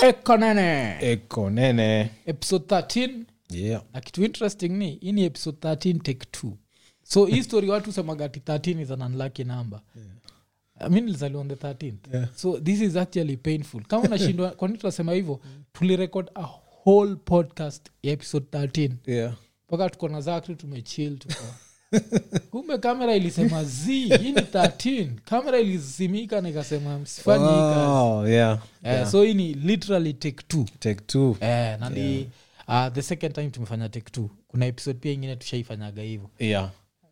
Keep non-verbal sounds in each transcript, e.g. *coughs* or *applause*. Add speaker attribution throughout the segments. Speaker 1: ekonene
Speaker 2: eko nene
Speaker 1: episode 13
Speaker 2: yeah.
Speaker 1: na kitu interesting ni hii ni episode 13 take two so hii story watu husemaga ati 13 is an unlucky number I mean, nilizaliwa on the 13th so this is actually painful kama unashindwa kwani tunasema hivyo tulirecord a whole podcast ya episode 13
Speaker 2: Yeah.
Speaker 1: mpaka tuko na zakri tumechill tuko kumbe kamera ilisema z hii ni 13 kamera ilizimika na ikasema msifanyi hii kazi."
Speaker 2: Oh, yeah.
Speaker 1: Eh, so hii ni literally take two
Speaker 2: take two
Speaker 1: eh, na ni uh, the second time tumefanya take two kuna episode pia ingine tushaifanyaga hivyo
Speaker 2: yeah.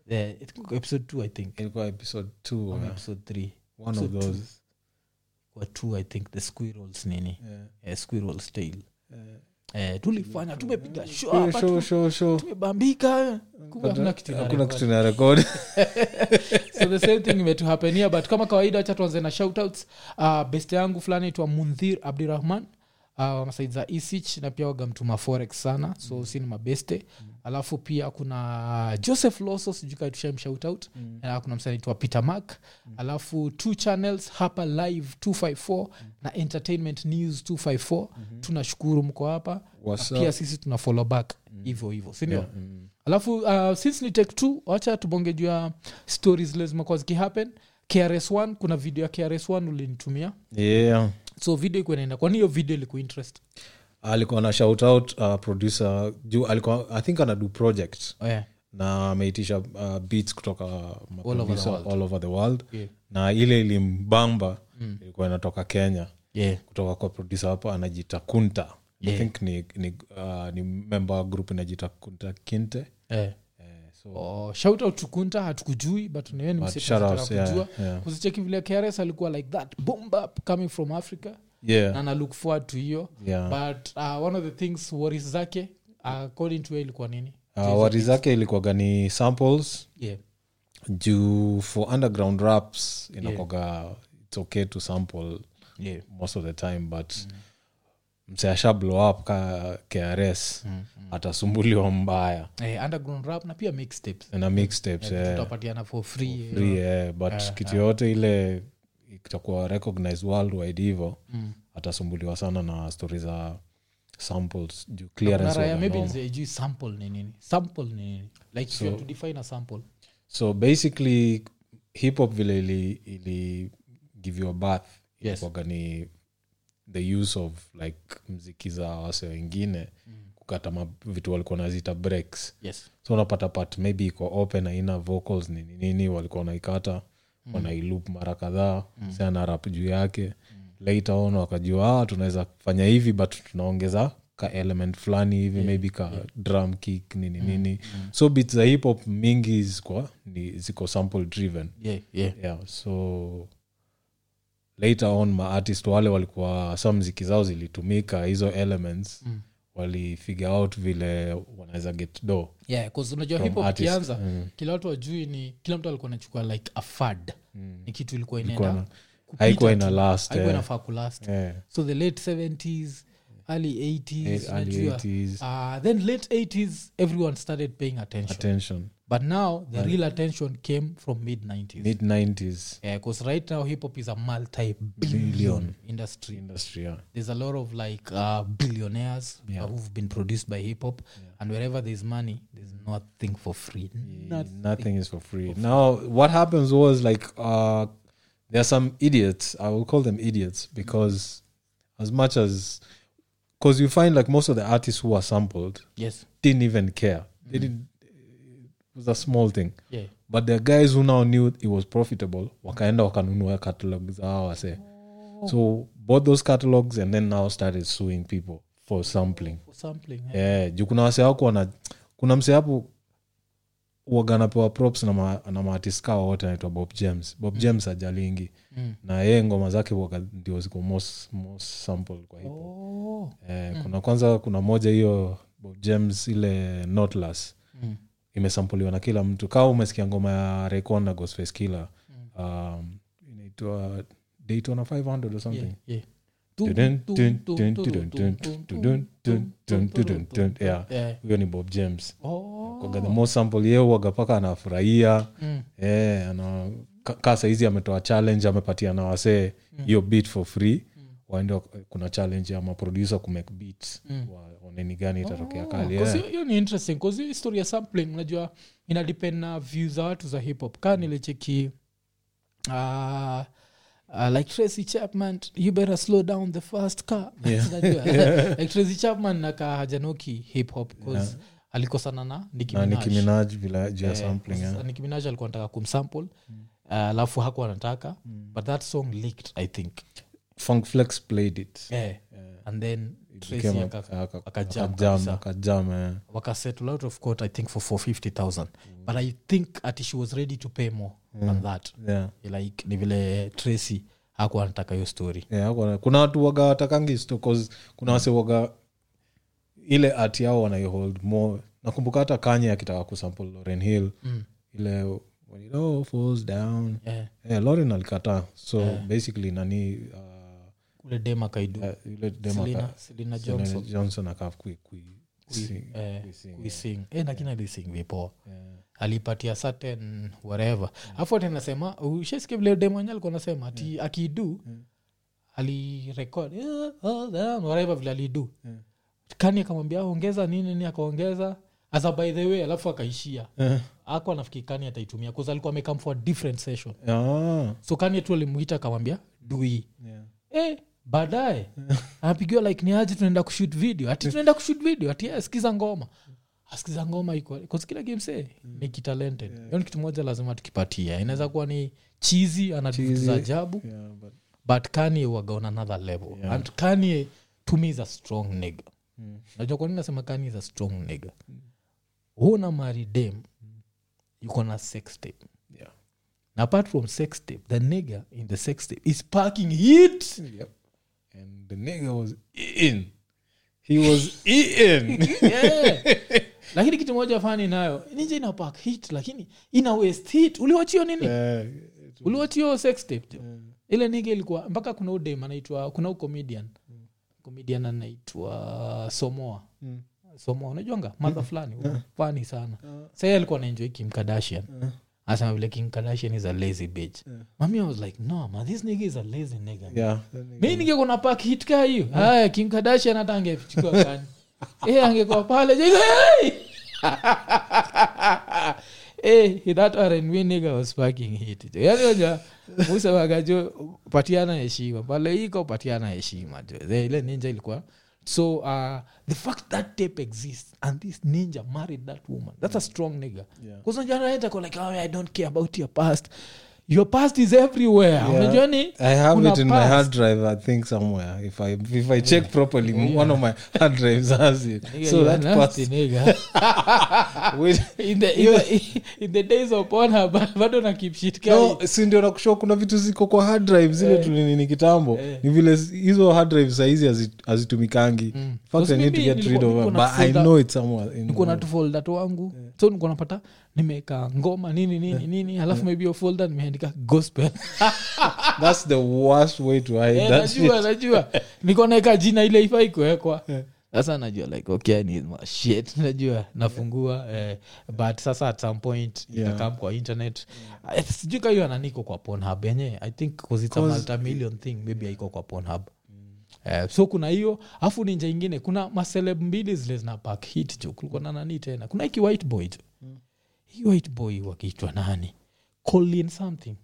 Speaker 1: eh, I think episode two i think
Speaker 2: ilikuwa episode two
Speaker 1: ama
Speaker 2: yeah.
Speaker 1: episode three
Speaker 2: one of those
Speaker 1: kwa two i think the squirrels nini
Speaker 2: Yeah.
Speaker 1: eh, squirrels tail eh, tulifanya tumepiga show
Speaker 2: Show,
Speaker 1: hapa,
Speaker 2: show, show, show. uh,
Speaker 1: tumebambika kumbe hakuna kitu
Speaker 2: Oh, hakuna
Speaker 1: inarekodi.
Speaker 2: kitu na *laughs* rekod
Speaker 1: so the same thing imetuhapenia but kama kawaida wacha tuanze na shoutouts uh, best yangu fulani naitwa mundhir abdirahman uh, masaid za isich na pia wagamtuma forex sana so si ni mabeste alafu pia kuna joseph loso sijukaitusham shoutout mm. na kuna msa naitwa peter mark alafu two channels hapa live 254 na entertainment news 254 tunashukuru mko hapa
Speaker 2: What's
Speaker 1: na
Speaker 2: up?
Speaker 1: pia sisi tuna follow back hivyo hivyo sindio yeah. mm. alafu uh, since ni tek t wacha tubonge juu ya stori zile zimekuwa zikihappen krs1 kuna video ya krs1 ulinitumia
Speaker 2: yeah.
Speaker 1: so video ikuwa inaenda kwani hiyo video ilikuinterest
Speaker 2: alikuwa na shout out uh, producer juu alikuwa i think anadu project
Speaker 1: oh, yeah.
Speaker 2: na ameitisha uh, beats kutoka
Speaker 1: the
Speaker 2: maproducer all over the world
Speaker 1: Yeah.
Speaker 2: na ile ilimbamba ilikuwa inatoka kenya
Speaker 1: Yeah.
Speaker 2: kutoka kwa producer hapo anajita kunta
Speaker 1: Yeah.
Speaker 2: i think ni, ni, uh, ni member wa group inajita kunta kinte
Speaker 1: Yeah.
Speaker 2: eh, so
Speaker 1: Oh, shout out to Kunta, hatukujui but nawe ni msee
Speaker 2: shout outs,
Speaker 1: tunataka kujua.
Speaker 2: yeah, yeah.
Speaker 1: kuzicheki vile krs alikuwa like that bomb up coming from africa
Speaker 2: yeah.
Speaker 1: na na look forward to hiyo
Speaker 2: Yeah.
Speaker 1: Ah, but uh, one of the things worries zake uh, according to yeye ilikuwa nini
Speaker 2: uh, wari zake ilikuwaga ni samples
Speaker 1: yeah.
Speaker 2: juu for underground raps inakoga it's okay to sample
Speaker 1: Yeah.
Speaker 2: most of the time but mse asha blow up ka krs
Speaker 1: Mm,
Speaker 2: atasumbuliwa mbaya
Speaker 1: Eh, underground rap na pia mixtapes
Speaker 2: na mixtapes eh,
Speaker 1: tutapatiana for free eh.
Speaker 2: free, eh, but
Speaker 1: ah.
Speaker 2: kitu yoyote ile itakuwa recognized worldwide hivo
Speaker 1: Mm.
Speaker 2: atasumbuliwa sana na stori za samples juu clearance
Speaker 1: Nara ya
Speaker 2: waga
Speaker 1: maybe
Speaker 2: normal.
Speaker 1: nze- ijui sample ni nini sample ni nini like if you have to define a sample
Speaker 2: so basically hip hop vile ili, ili give you a bath
Speaker 1: Yes.
Speaker 2: ilikuwaga ni the use of like mziki za wase wengine
Speaker 1: Mm.
Speaker 2: kukata ma, vitu walikuwa nazita breaks
Speaker 1: yes
Speaker 2: so unapata part maybe iko open haina vocals nini nini walikuwa wanaikata wanailup mara kadhaa mm. sana rap juu yake mm. later on wakajua ah, tunaweza kufanya hivi but tunaongeza ka element fulani hivi yeah. maybe ka yeah. drum kick nini nini mm. so bit za hip hop mingi zikwa ni ziko sample driven
Speaker 1: yeah yeah
Speaker 2: yeah, so later on maartist wale walikuwa sa mziki zao zilitumika hizo elements mm. walifigure out vile wanaweza get do
Speaker 1: yeah cause unajua hip hop
Speaker 2: artist.
Speaker 1: ikianza kila watu wajui ni kila mtu alikuwa anachukua like a fad ni kitu Mm. ilikuwa inaenda
Speaker 2: na- haikuwa
Speaker 1: kupita
Speaker 2: ina
Speaker 1: tu.
Speaker 2: last
Speaker 1: haikuwa
Speaker 2: eh.
Speaker 1: inafaa kulast
Speaker 2: Eh,
Speaker 1: so the late 70s early 80s
Speaker 2: Eh, early
Speaker 1: unajua.
Speaker 2: 80s.
Speaker 1: Ah, then late 80s everyone started paying attention
Speaker 2: attention
Speaker 1: but now the real attention came from mid 90s
Speaker 2: mid 90s
Speaker 1: because right now hip hop is a multi-billion industry
Speaker 2: industry yeah.
Speaker 1: there's a lot of like uh, billionaires uh, who've been produced by hip hop and wherever there's money there's nothing for free
Speaker 2: nothing, is for free. Now, what happens was like uh, there are some idiots. I will call them idiots because as much as because you find like most of the artists who are sampled
Speaker 1: yes
Speaker 2: didn't even care. They didn't. It was a small thing.
Speaker 1: yeah
Speaker 2: But the guys who now knew it was profitable, wakaenda wakanunua catalogs zao wase. So bought those catalogs and then now started suing people for sampling
Speaker 1: for sampling eh?
Speaker 2: yeah, juu kuna wase wako wana kuna mse hapo uwaga anapewa props na, ma, na maartist kawa wote anaitwa bob james bob mm. james ajalingi mm. na yeye ngoma zake uwaga ndio ziko most, most sample kwa hipo oh.
Speaker 1: oh
Speaker 2: eh, kuna kwanza kuna moja hiyo bob james ile notlas mm. imesampuliwa na kila mtu kaa umesikia ngoma ya recon na ghostface killer
Speaker 1: Mm.
Speaker 2: um, inaitwa daytona 500 or something
Speaker 1: yeah yeah
Speaker 2: Yeah.
Speaker 1: Yeah.
Speaker 2: huyo ni bob james
Speaker 1: oh
Speaker 2: Kwaga the most sample ye huwaga paka anafurahia
Speaker 1: Mm. Mm.
Speaker 2: Eh, ana- ka- ka saizi ametoa challenge amepatia na wasee hiyo beat for free waende wak- kuna challenge ya maproducer kumake beats mm. waone ni gani itatokea kali Eh,
Speaker 1: Cause
Speaker 2: yeah.
Speaker 1: Oh. hiyo- hiyo ni interesting bcause hiyo story ya sampling unajua ina depend na view za watu za hip hop kaa nilicheki uh, Uh, like tracy chapman you better slow down the fast car *laughs*
Speaker 2: *laughs*
Speaker 1: Unajua? like tracy chapman nakaa hajanoki hip hop 'cause alikosana na Nicki
Speaker 2: na
Speaker 1: Minaj.
Speaker 2: nikiminaj bila juu ya
Speaker 1: Eh,
Speaker 2: sampling yeah. Mm.
Speaker 1: sasa Nicki Minaj alikuwa anataka kumsample uh, alafu hakuwa anataka but that song leaked i think
Speaker 2: funk flex played it
Speaker 1: eh. and then Tracy
Speaker 2: Became a-
Speaker 1: aka-
Speaker 2: aka-
Speaker 1: akajam
Speaker 2: akajam
Speaker 1: kabisa.
Speaker 2: akajam eh.
Speaker 1: wakasettle out of court i think for 450000 but i think ati she was ready to pay more than that
Speaker 2: yeah
Speaker 1: like ni vile tracy hakuwa anataka hiyo story
Speaker 2: yeah, kuna- kuna watu waga watakangi sto cause kuna wase waga ile art yao wanaihold more nakumbuka hata kanye akitaka kusample loren hill mm. ile when it all falls down
Speaker 1: Eh.
Speaker 2: yeah, loren alikataa so basically nani uh,
Speaker 1: ule dem akaidu
Speaker 2: uh, yule demo
Speaker 1: selina
Speaker 2: aka-
Speaker 1: selina
Speaker 2: Selena
Speaker 1: johnson
Speaker 2: johnson akaa kui- kui- sing-
Speaker 1: eh,
Speaker 2: kui sing,
Speaker 1: we sing eh, lakini alising vipoa
Speaker 2: yeah.
Speaker 1: alipatia certain whatever afu ati anasema ushesikia vile demanya alikuwa anasema ati akidu alirekod "Yeah, all them," "Eh, whatever vile alidu kani akamwambia ongeza nini ni akaongeza asa by the way alafu akaishia
Speaker 2: Eh.
Speaker 1: ako anafikiri kani ataitumia bcause alikuwa amekam for a different session
Speaker 2: Ah,
Speaker 1: so kani tu alimuita akamwambia dui
Speaker 2: yeah.
Speaker 1: eh, baadaye anapigiwa like ni aje tunaenda kushoot video ati tunaenda kushoot video ati yeah, sikiza ngoma asikiza ngoma iko cause kila gamse ni kitalented hiyo ni kitu moja lazima tukipatia inaweza kuwa ni chizi anatuza ajabu
Speaker 2: Yeah, but-
Speaker 1: but kanye waga on another level and kanye to me is a strong nigga najua kwa nini nasema kanye is a strong nigga huna mari dem yuko na sex tape
Speaker 2: yeah.
Speaker 1: na apart from sex tape the nigga in the sex tape is packing heat
Speaker 2: Yep. and the nigga was eaten he was *laughs* eaten
Speaker 1: Yeah. lakini kitu moja fani nayo ninja ina pack hit lakini ina waste hit uliwachio nini
Speaker 2: Eh,
Speaker 1: uliwachio sex tape jo? ile nige ilikuwa mpaka kuna udem anaitwa kuna u comedian comedian anaitwa somoa somoa unajuanga madha fulani huko. fani sana sai alikuwa anaenjoy kim kardashian asema vile kim kardashian is a lazy bitch mami i was like no ma this nigga is a lazy nigga
Speaker 2: yeah
Speaker 1: mi ningekuwa pak hit kaa hiyo aya kim kardashian hata angechukua *laughs* kani e angekuwa pale je, hey! *laughs* Eh, that R&B nigga was fucking hit. Yaani unajua, Musa jo patiana heshima pale iko patiana heshima jo Eh, ile ninja ilikuwa so uh, the fact that tape exists and this ninja married that woman that's a strong nigga
Speaker 2: Yeah.
Speaker 1: yeah. like oh, i don't care about your past your past is everywhere unajua ni
Speaker 2: I have
Speaker 1: kuna
Speaker 2: it in my
Speaker 1: past.
Speaker 2: hard drive, I think somewhere. If I if I check properly, one of my hard drives has it.
Speaker 1: Nigga,
Speaker 2: so
Speaker 1: you
Speaker 2: that
Speaker 1: are nasty, *laughs*
Speaker 2: past,
Speaker 1: nigga.
Speaker 2: wait,
Speaker 1: In the- in the- in the days of Pornhub, *laughs* bado na keep shit
Speaker 2: no,
Speaker 1: kali.
Speaker 2: si ndio nakushow kuna vitu ziko kwa hard drive zile tu nini ni kitambo ni vile s- hizo hard drive sahizi hazi- hazitumikangi In fact
Speaker 1: Mm. Because
Speaker 2: i need to
Speaker 1: mimi
Speaker 2: get rid
Speaker 1: nilikuwa-
Speaker 2: of them,
Speaker 1: nilikuwa
Speaker 2: but i
Speaker 1: nafunga-
Speaker 2: know it somewhere in
Speaker 1: nikuwa na tufolda tu wangu so nikuwa napata nimeweka ngoma nini nini nini halafu maybe hiyo folda nimeandika gospel *laughs*
Speaker 2: that's the worst way to hide
Speaker 1: Eh,
Speaker 2: that shit
Speaker 1: najua najua nikuwa naweka jina ile ifai kuwekwa sasa najua like okay I need my shit *laughs* najua nafungua eh, but sasa at some point
Speaker 2: Yeah.
Speaker 1: inakam kwa internet Eh, sijui ka hiyo ananiko kwa ponhub yenye i think 'cause it's a multi-million thing maybe haiko kwa ponhub Eh, so kuna hiyo afu ninja ingine kuna maseleb mbili zile zinapak hit jo kulikuwa na nani tena kuna iki white boy jo hii white boy wakiitwa nani colin something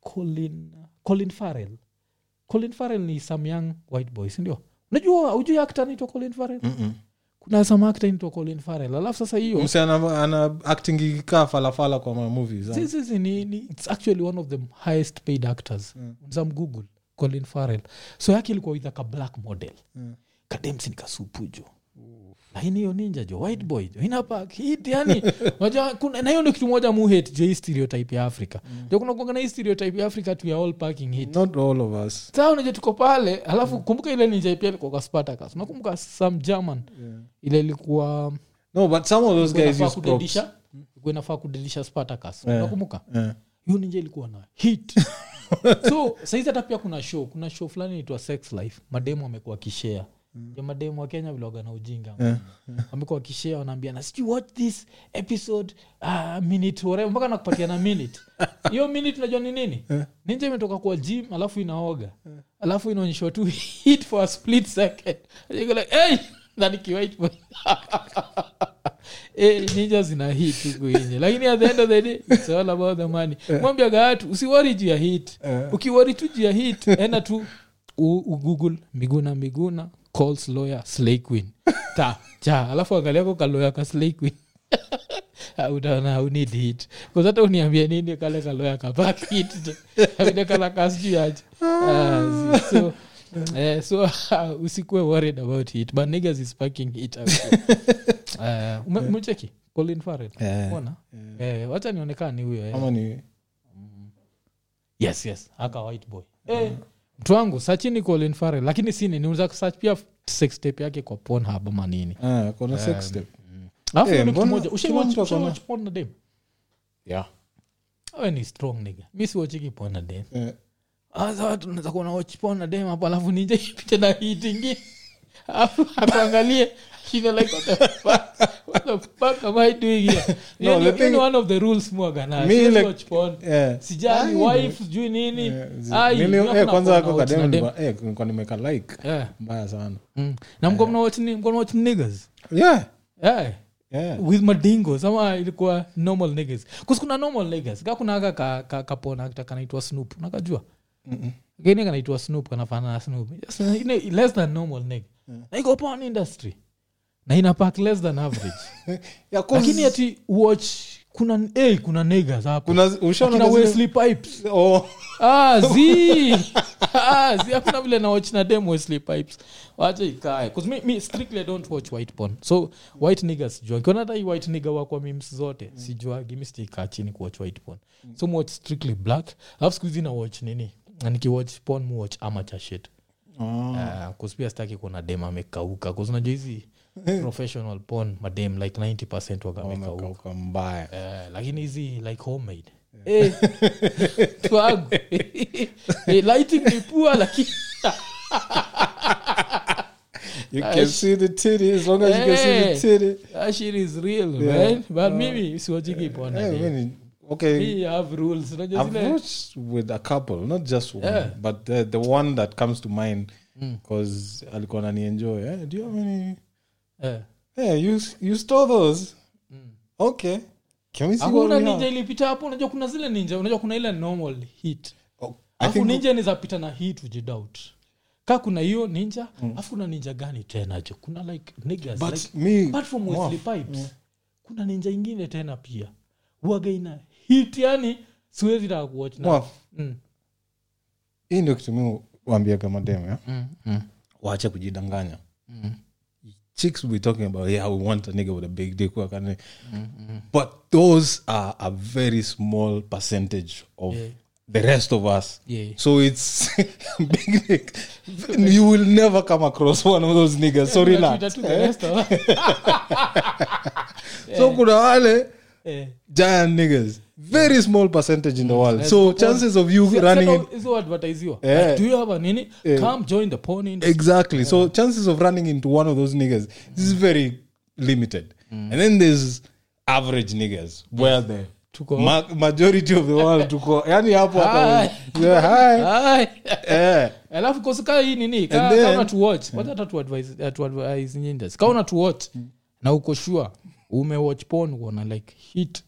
Speaker 1: colin colin farrell colin farrell ni some young white boy sindio unajua ujui akta naitwa colin farrell
Speaker 2: Mm-mm.
Speaker 1: kuna some actor naitwa colin farrell alafu sasa hiyo
Speaker 2: mse ana, ana acting ikikaa falafala kwa mamovies
Speaker 1: si- si- si, ni, ni, its actually one of the highest paid actors zamgoogle colin farrell so yake ilikuwa with aka black model
Speaker 2: Mm.
Speaker 1: kademsin kasupujo lakini hiyo ninja jo white boy jo inapakit yani *laughs* unajua kuna- na hiyo ni kitu moja muhet jo hii stereotype ya africa jo kuna kuanga na hii stereotype ya africa tu ya all packing hit
Speaker 2: not all of us
Speaker 1: saa unaja tuko pale alafu kumbuka ile ninja pia ilikuwa kwa spartacus nakumbuka some german ile ilikuwa
Speaker 2: no but some of those guys
Speaker 1: inafaa
Speaker 2: use props
Speaker 1: kudedisha ilikuwa inafaa kudedisha spartacus
Speaker 2: Yeah.
Speaker 1: nakumbuka
Speaker 2: yeah.
Speaker 1: hiyo ninja ilikuwa na hit so saizi hata pia kuna show kuna show fulani inaitwa sex life mademu amekuwa kishea jamademu wa kenya viloga na ujinga wamekuwa wakishea wanaambia na sijui watch this episode ah, minute whatever." mpaka nakupatia na minute hiyo minute unajua ni nini ninja imetoka kwa gym alafu inaoga alafu inaonyeshwa tu *laughs* hit for a split second You go like hey *laughs* that kiwait for Eh, ninja zina hit huku nje lakini at the end of the day it's all about the money mwambiaga watu usiwori juu ya hit ukiwori tu juu ya hit enda tu u- ugoogle miguna miguna calls lawyer slay queen ta cha alafu angalia ko kaloya ka slay queen Ah, utaona unid hit Because hata uniambie nini kale kaloya kapak hit vile kala kasiju aje Ah, zi- so eh, so *laughs* ah, usikue worried about hit but niggas is fucking hit out
Speaker 2: *laughs*
Speaker 1: there. Eh, ume- umecheki colin farrell
Speaker 2: Eh,
Speaker 1: Umeona? Eh, wacha nionekana ni huyo eh
Speaker 2: kama ni
Speaker 1: yes yes aka white boy eh, mtu wangu sachini colin farrell lakini sini niuza kusach pia sex tape yake kwa pornhub ama nini
Speaker 2: ah, kuna sex step
Speaker 1: alafu
Speaker 2: Eh,
Speaker 1: hey,
Speaker 2: mbona
Speaker 1: moja
Speaker 2: kila
Speaker 1: ushaiwatch-
Speaker 2: mtu ako na-
Speaker 1: ushaiwatch porn na dem
Speaker 2: yeah.
Speaker 1: awe ni strong nigga mi siwachiki porn na dem
Speaker 2: eh,
Speaker 1: asa watu unaweza kuona watch porn na dem hapo alafu
Speaker 2: *laughs*
Speaker 1: ninja ipite na hii tingine alafu akuangalie shida like what the fuck what the fuck am i doing here
Speaker 2: No,
Speaker 1: no,
Speaker 2: the
Speaker 1: yani,
Speaker 2: thing-
Speaker 1: yani one of the rules muagana
Speaker 2: Mi ile-
Speaker 1: watch porn
Speaker 2: eh.
Speaker 1: sijali
Speaker 2: Ah,
Speaker 1: wife sijui nini
Speaker 2: Eh, zi-
Speaker 1: Ai,
Speaker 2: nili-
Speaker 1: hakuna
Speaker 2: eh, kwanza
Speaker 1: porn
Speaker 2: ako
Speaker 1: out na
Speaker 2: kademu
Speaker 1: dem.
Speaker 2: nilikuwa- eh, nilikuwa nimeka like
Speaker 1: Eh.
Speaker 2: mbaya sana
Speaker 1: Mm. na
Speaker 2: Eh.
Speaker 1: mko mnawatch ni- mko mnawatch niggas
Speaker 2: yeah.
Speaker 1: Eh,
Speaker 2: Yeah.
Speaker 1: with madingos ama ilikuwa normal niggas Kus kuna normal niggas ka kuna aka ka, ka, kapona akita kanaitwa snoop nakajua geni kanaitwa snoop kanafanana na snoop Just, uh, ine- less than normal nigga na iko porn industry na ina pack less than average
Speaker 2: Ya, *laughs* cause-
Speaker 1: lakini ati watch kuna eh, kuna niggas hapo
Speaker 2: kuna ushaona
Speaker 1: kuna
Speaker 2: kazi-
Speaker 1: Wesley pipes
Speaker 2: *laughs* Oh.
Speaker 1: Ah, zi *laughs* Ah, zi hakuna vile naochna dem Wesley pipes wacha ikae 'Cause mi, mi strictly I don't watch white porn so white nigga sijua kiona hata hii white nigga wako memes zote sijuagi mi sijaikaa chini kuwatch white porn so muwatch strictly black alafu siku hizi na watch nini Na nikiwatch porn muwatch amateur shit
Speaker 2: Ah.
Speaker 1: Ah, 'cause pia staki kuona dem amekauka 'Cause unajua hizi professional porn madem like 90 waga wamekauka
Speaker 2: Kauka mbaya
Speaker 1: Eh, lakini hizi like homemade Eh, *laughs*
Speaker 2: *laughs*
Speaker 1: twagu. Eh, lighting ni poor, lakini
Speaker 2: you can see the titty as long as you can see the
Speaker 1: Eh.
Speaker 2: titty
Speaker 1: that shit is real
Speaker 2: Yeah.
Speaker 1: man but mimi siwachiki porn
Speaker 2: Eh,
Speaker 1: again.
Speaker 2: mimi- okay
Speaker 1: Me have rules unajua
Speaker 2: I've
Speaker 1: zile-
Speaker 2: watched with a couple not just one
Speaker 1: Yeah. Mm.
Speaker 2: but the, the one that comes to mind because alikuwa nanienjoy eh? do you have any
Speaker 1: Eh.
Speaker 2: Hey, you, you stole those. Okay. Can we see what
Speaker 1: Mm. hakuna
Speaker 2: we
Speaker 1: ninja
Speaker 2: have?
Speaker 1: ilipita hapo unajua kuna zile ninja unajua kuna ile normal hit
Speaker 2: Oh, I
Speaker 1: afu
Speaker 2: think
Speaker 1: ninja nizapita na hii tujidout ka kuna hiyo ninja afu kuna ninja gani tena jo kuna like niggas
Speaker 2: Mm. but
Speaker 1: like,
Speaker 2: me,
Speaker 1: apart from
Speaker 2: wow.
Speaker 1: Wesley pipes kuna ninja ingine tena pia wagaina hit yani siwezi taka kuwatch na
Speaker 2: wow.
Speaker 1: Mm.
Speaker 2: hii ndio kitu mi wambiaga mademu ya
Speaker 1: Mm,
Speaker 2: waache kujidanganya chicks will be talking about yeah we want a nigga with a big dick work and
Speaker 1: Mm,
Speaker 2: but those are a very small percentage of
Speaker 1: Yeah.
Speaker 2: the rest of us
Speaker 1: Yeah.
Speaker 2: so it's *laughs* big dick you will never come across one of those niggas so
Speaker 1: Tunatuita
Speaker 2: relax
Speaker 1: tu the rest of
Speaker 2: *laughs*
Speaker 1: us.
Speaker 2: so kuna wale
Speaker 1: Eh.
Speaker 2: giant niggas very small percentage
Speaker 1: Mm.
Speaker 2: in the world so
Speaker 1: Let's go
Speaker 2: chances of you
Speaker 1: Si-
Speaker 2: running
Speaker 1: si
Speaker 2: in,
Speaker 1: hata hizo advertisiwa.
Speaker 2: Eh.
Speaker 1: Like, do you have a nini come join the porn industry
Speaker 2: exactly so chances of running into one of those niggas this is very limited
Speaker 1: Mm.
Speaker 2: and then there's average niggas where the
Speaker 1: Tuko-
Speaker 2: ma- majority of the world tuko yani hapo hata
Speaker 1: Hi.
Speaker 2: yeah, hi
Speaker 1: Ai.
Speaker 2: eh
Speaker 1: alafu kosika hii nini ka-
Speaker 2: And then-
Speaker 1: kama tuwatch wacha hata tuadvise- eh, tuadvise ninjas kaona tuwatch na uko sure umewatch porn uona like hit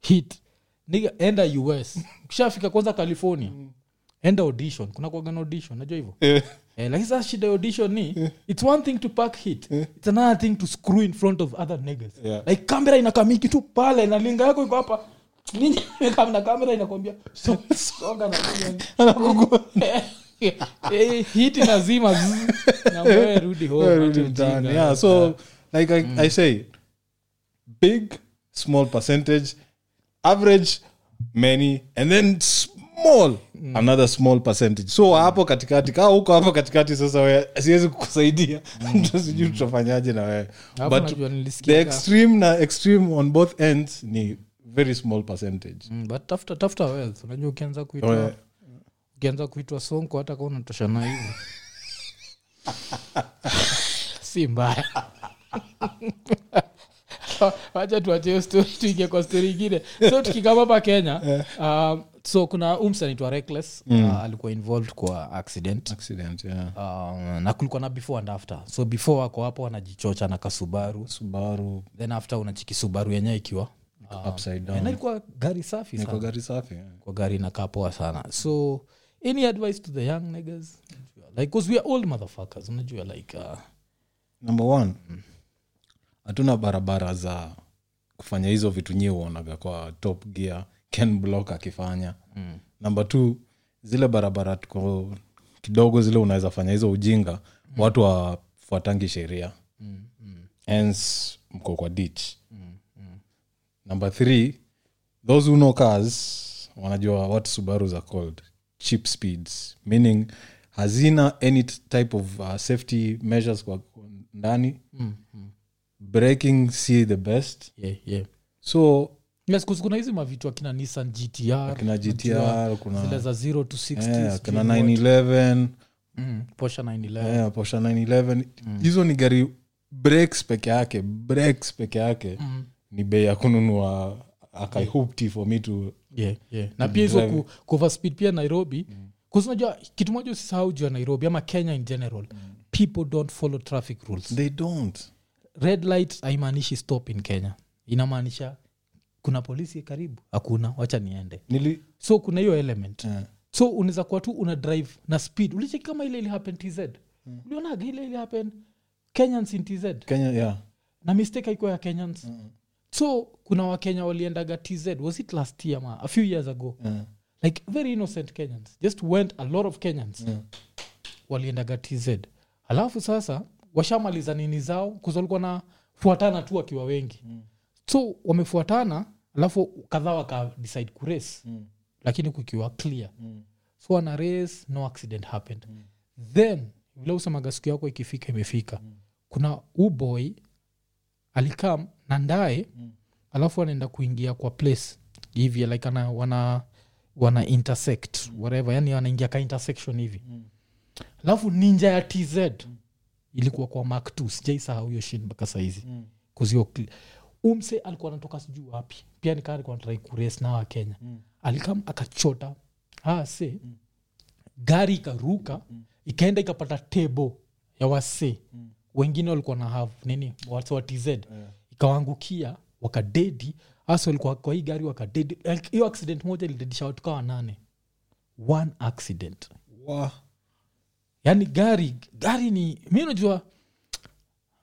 Speaker 1: hit niga enda us ukishafika kwanza california enda audition kuna kuagana audition najua hivyo *laughs*
Speaker 2: eh,
Speaker 1: eh, lakini sasa shida ya audition ni its one thing to pack hit its another thing to screw in front of other niggas
Speaker 2: Yeah.
Speaker 1: like kamera inakamiki tu pale na linga yako iko hapa Ninyi imekaa na kamera inakwambia so- songa na Eh, eh, hit *laughs* inazima zzz, na wewe rudi home,
Speaker 2: very
Speaker 1: acha
Speaker 2: limited.
Speaker 1: ujinga.
Speaker 2: yeah so like I,
Speaker 1: Mm.
Speaker 2: I say big small percentage average many and then small
Speaker 1: Mm.
Speaker 2: another small percentage so hapo katikati kaa huko hapo katikati sasa we siwezi kukusaidia *laughs* Ndio sijui tutafanyaje na wewe
Speaker 1: Mm. Hapo
Speaker 2: but
Speaker 1: najua
Speaker 2: the
Speaker 1: nilisikia ka-
Speaker 2: extreme na extreme on both ends ni very small percentage
Speaker 1: Mm, but tafuta tafuta wealth unajua ukianza
Speaker 2: Oh, yeah.
Speaker 1: *laughs* kuitwa ukianza kuitwa sonko hata kaa unatoshana hivi si mbaya *laughs* wacha tuachie story tuingie kwa story ingine so tukikama hapa kenya um, so kuna umsanitwa reckless uh, alikuwa involved kwa accident
Speaker 2: accident yeah.
Speaker 1: um, na kulikuwa na before and after so before wako hapo wanajichocha na kasubaru
Speaker 2: subaru
Speaker 1: then after unachiki subaru yenyewe ikiwa
Speaker 2: upside
Speaker 1: na
Speaker 2: down
Speaker 1: ilikuwa gari safi
Speaker 2: Ni kwa
Speaker 1: Ah. sana
Speaker 2: gari safi yeah.
Speaker 1: kwa gari inakaa poa sana so any advice to the young niggas like cause we are old motherfuckers unajua like uh,
Speaker 2: number one hatuna barabara za kufanya hizo vitu nyie uonaga kwa top gear ken block akifanya mm. number two zile barabara tuko kidogo zile unaweza fanya hizo ujinga mm. watu wafuatangi sheria mm. hence mko kwa ditch mm. Mm. number three those who know cars wanajua what subarus are called cheap speeds meaning hazina any t- type of uh, safety measures kwa ndani
Speaker 1: mm, mm,
Speaker 2: breaking si the best
Speaker 1: yeah, yeah.
Speaker 2: so
Speaker 1: Yes, 'cause kuna hizi mavitu akina nissan gtr
Speaker 2: kina gtr
Speaker 1: zile
Speaker 2: kuna eh,
Speaker 1: za 0 to 60
Speaker 2: uh, yeah,
Speaker 1: sijui
Speaker 2: kina
Speaker 1: what.
Speaker 2: 911
Speaker 1: Mm, Porsche 911
Speaker 2: yeah, posha 911
Speaker 1: Mm.
Speaker 2: hizo ni gari breaks peke yake breaks peke yake
Speaker 1: Mm.
Speaker 2: ni bei ya kununua akaihupti for me to
Speaker 1: yeah, yeah. na pia hizo ku, cover speed pia nairobi mm. unajua kitu moja usisahau juu ya nairobi ama kenya in general people don't follow traffic rules
Speaker 2: they don't
Speaker 1: red light haimaanishi stop in kenya inamaanisha kuna polisi karibu hakuna wacha niende
Speaker 2: Nili, eh.
Speaker 1: so kuna hiyo element
Speaker 2: yeah.
Speaker 1: so unaweza kuwa tu una drive na speed ulicheki kama ile ilihappen tz ulionaga ile ilihappen kenyans in tz
Speaker 2: kenya yeah
Speaker 1: na mistake haikuwa ya kenyans so kuna wakenya waliendaga tz was it last year ma a few years ago
Speaker 2: yeah.
Speaker 1: like very innocent kenyans just went a lot of kenyans waliendaga tz alafu sasa washamaliza nini zao kuza walikuwa na fuatana tu wakiwa wengi so wamefuatana alafu kadhaa waka decide kurace lakini kukiwa clear so wana race no accident happened then vile usemaga siku yako ikifika imefika kuna uboy alikam na ndae alafu anaenda kuingia kwa place hivi like ana, wana wana intersect whatever yani wanaingia ka intersection hivi alafu ninja ya tz ilikuwa kwa mak t sijaisahau hiyo shin mpaka sahizi
Speaker 2: Mm.
Speaker 1: kuzio umse alikuwa anatoka sijuu wapi pia nikaa alikuwa natrai kures na wa kenya mm. alikam akachota ase mm. gari ikaruka mm. ikaenda ikapata tebo ya wase mm. wengine walikuwa na have nini wase wa tz yeah. ikawaangukia wakadedi hasa walikuwa kwa hii gari wakadedi Like, hiyo accident moja ilidedisha watu kawa nane one accident
Speaker 2: Wah.
Speaker 1: yani Yaani gari gari ni mi unajua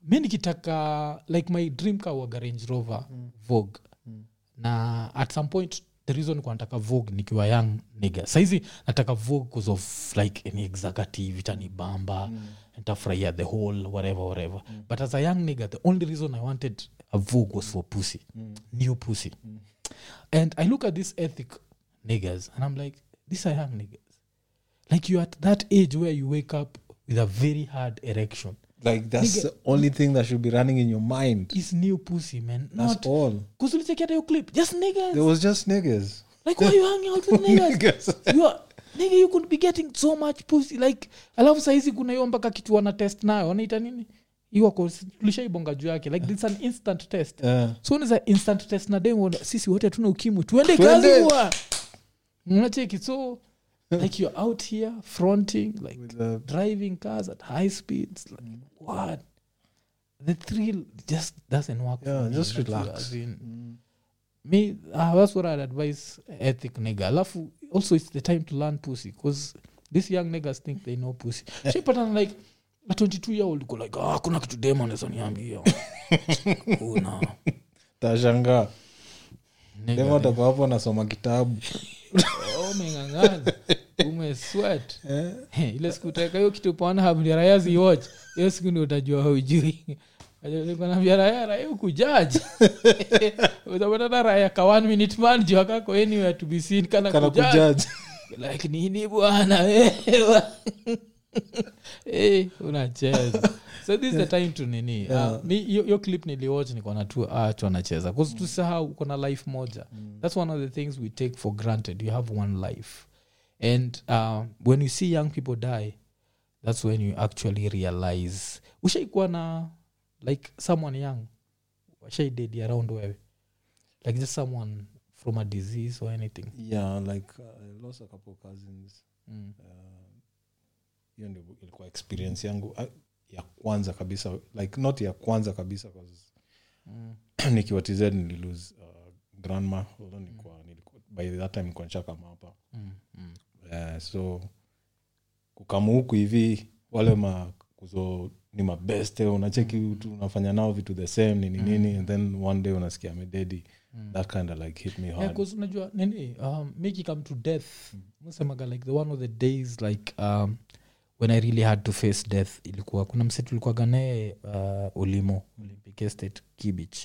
Speaker 1: mi nikitaka like my dream car waga range rover mm. vogue mm. na at some point the reason kwa nataka vogue nikiwa young niga saizi nataka vogue cause of like any executive itanibamba mm. nitafurahia the whole whatever whatever mm. but as a young nigga the only reason i wanted a vogue was for pussy mm. new pussy mm. and i look at this ethic niggas and i'm like these are young niggas like you're at that age where you wake up with a very hard erection
Speaker 2: like that's the only thing that should be running in your mind
Speaker 1: is new pussy man
Speaker 2: that's
Speaker 1: not
Speaker 2: all
Speaker 1: because ulichekia hiyo clip just
Speaker 2: there
Speaker 1: niggas
Speaker 2: was just niggas
Speaker 1: like why you hanging out with niggas
Speaker 2: *laughs* Niggas.
Speaker 1: you are nigga you could be getting so much pussy like alafu saizi kuna hiyo mpaka kitu wana test nayo wanaita nini hiyo kwa tulishaibonga juu yake like it's an instant test
Speaker 2: Yeah.
Speaker 1: so unaza instant test na demo na sisi wote tuna ukimwi tuende
Speaker 2: Tuende.
Speaker 1: kazi bwa unacheki so like you're out here fronting like
Speaker 2: With the
Speaker 1: driving cars at high speeds like
Speaker 2: Mm.
Speaker 1: what the thrill just doesn't work for
Speaker 2: Yeah,
Speaker 1: me,
Speaker 2: just
Speaker 1: unajua,
Speaker 2: relax. Mm.
Speaker 1: as in, me ah, that's what I'd advise ethic nigga alafu also it's the time to learn pussy because these young niggas think they know
Speaker 2: *laughs*
Speaker 1: pussy shipatana like a 22 year old go like ah kuna kitu demo anaweza niambia
Speaker 2: *laughs*
Speaker 1: kuna
Speaker 2: tashangaa
Speaker 1: nigga,
Speaker 2: demo atakuwa hapo anasoma kitabu
Speaker 1: oh, umeng'ang'ana umeswet *laughs* Eh, ile siku utaweka hiyo kitu panhamdiaraya ziwach hiyo siku ndi utajua haujui nambia raya raya *laughs* ukujaji utapatana raya ka one minute man jua kako anywhere to be seen kana
Speaker 2: kana
Speaker 1: kujaji.
Speaker 2: kujaji
Speaker 1: like nini bwana wewe *laughs* Eh, unacheza so this is the time to nini Ah, mi- hiyo hiyo clip niliwatch niko na tu ah, tu anacheza bcause tusahau uko na life moja that's one of the things we take for granted you have one life and um, when you see young people die thats when you actually realize ushaikuwa na like someone young washaidedi around wewe like just someone from a disease or anything
Speaker 2: yeah like uh, i lost a couple cousins Uh,
Speaker 1: mm.
Speaker 2: hiyo ndio ilikuwa experience yangu ah, ya kwanza kabisa like not ya kwanza kabisa 'cause
Speaker 1: Mm.
Speaker 2: *clears throat* nikiwa tz nililose uh, grandma although nilikuwa, nilikuwa, by that time nilikuwa nishakama hapa
Speaker 1: Mm. Mm.
Speaker 2: Eh, so kukama huku hivi wale makuzo ni mabeste unacheki
Speaker 1: Mm.
Speaker 2: tu unafanya nao vitu the same nini nini and then one day unasikia mededi that kind of like hit me
Speaker 1: Mm. Yeah,
Speaker 2: hard
Speaker 1: 'cause unajua nini um, miki come to death msemaga like the one of the days like um, when i really had to face death ilikuwa kuna msetu ulikuwaga naye uh, ulimo olympic estate kibich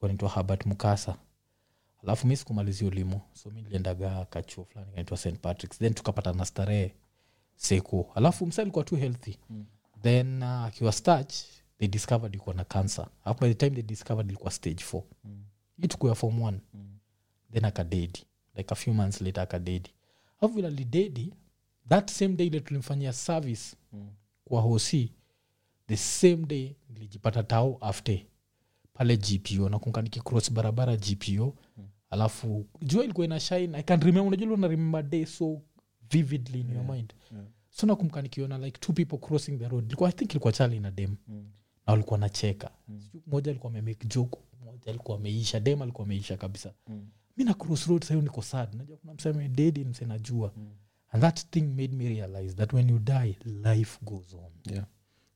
Speaker 1: kanaitwa habert mukasa alafu mi sikumalizia ulimo so mi niliendaga kachuo fulani kanaitwa st patricks then tukapata na starehe seko alafu msa alikuwa too healthy mm. then uh, akiwa starch they discovered ilikuwa na cancer alafu by the time they discovered ilikuwa stage four mm. itukuya form one then akadedi like a few months later akadedi alafu vile alidedi that same day ile tulimfanyia service mm. kwa hosi the same day nilijipata tao after pale gpo nakunga nikicross barabara gpo mm. alafu jua ilikuwa ina shine i can remember unajua na remember day so vividly in yeah. your mind yeah. so nakumka nikiona like two people crossing the road ilikuwa i think ilikuwa chali na dem mm. na walikuwa nacheka mm. moja alikuwa amemake joke moja alikuwa ameisha dem alikuwa ameisha kabisa mm mi na crossroad sahiyo niko sad najua kuna mseme dedi msenajua mm. and that thing made me realize that when you die life goes on
Speaker 2: yeah.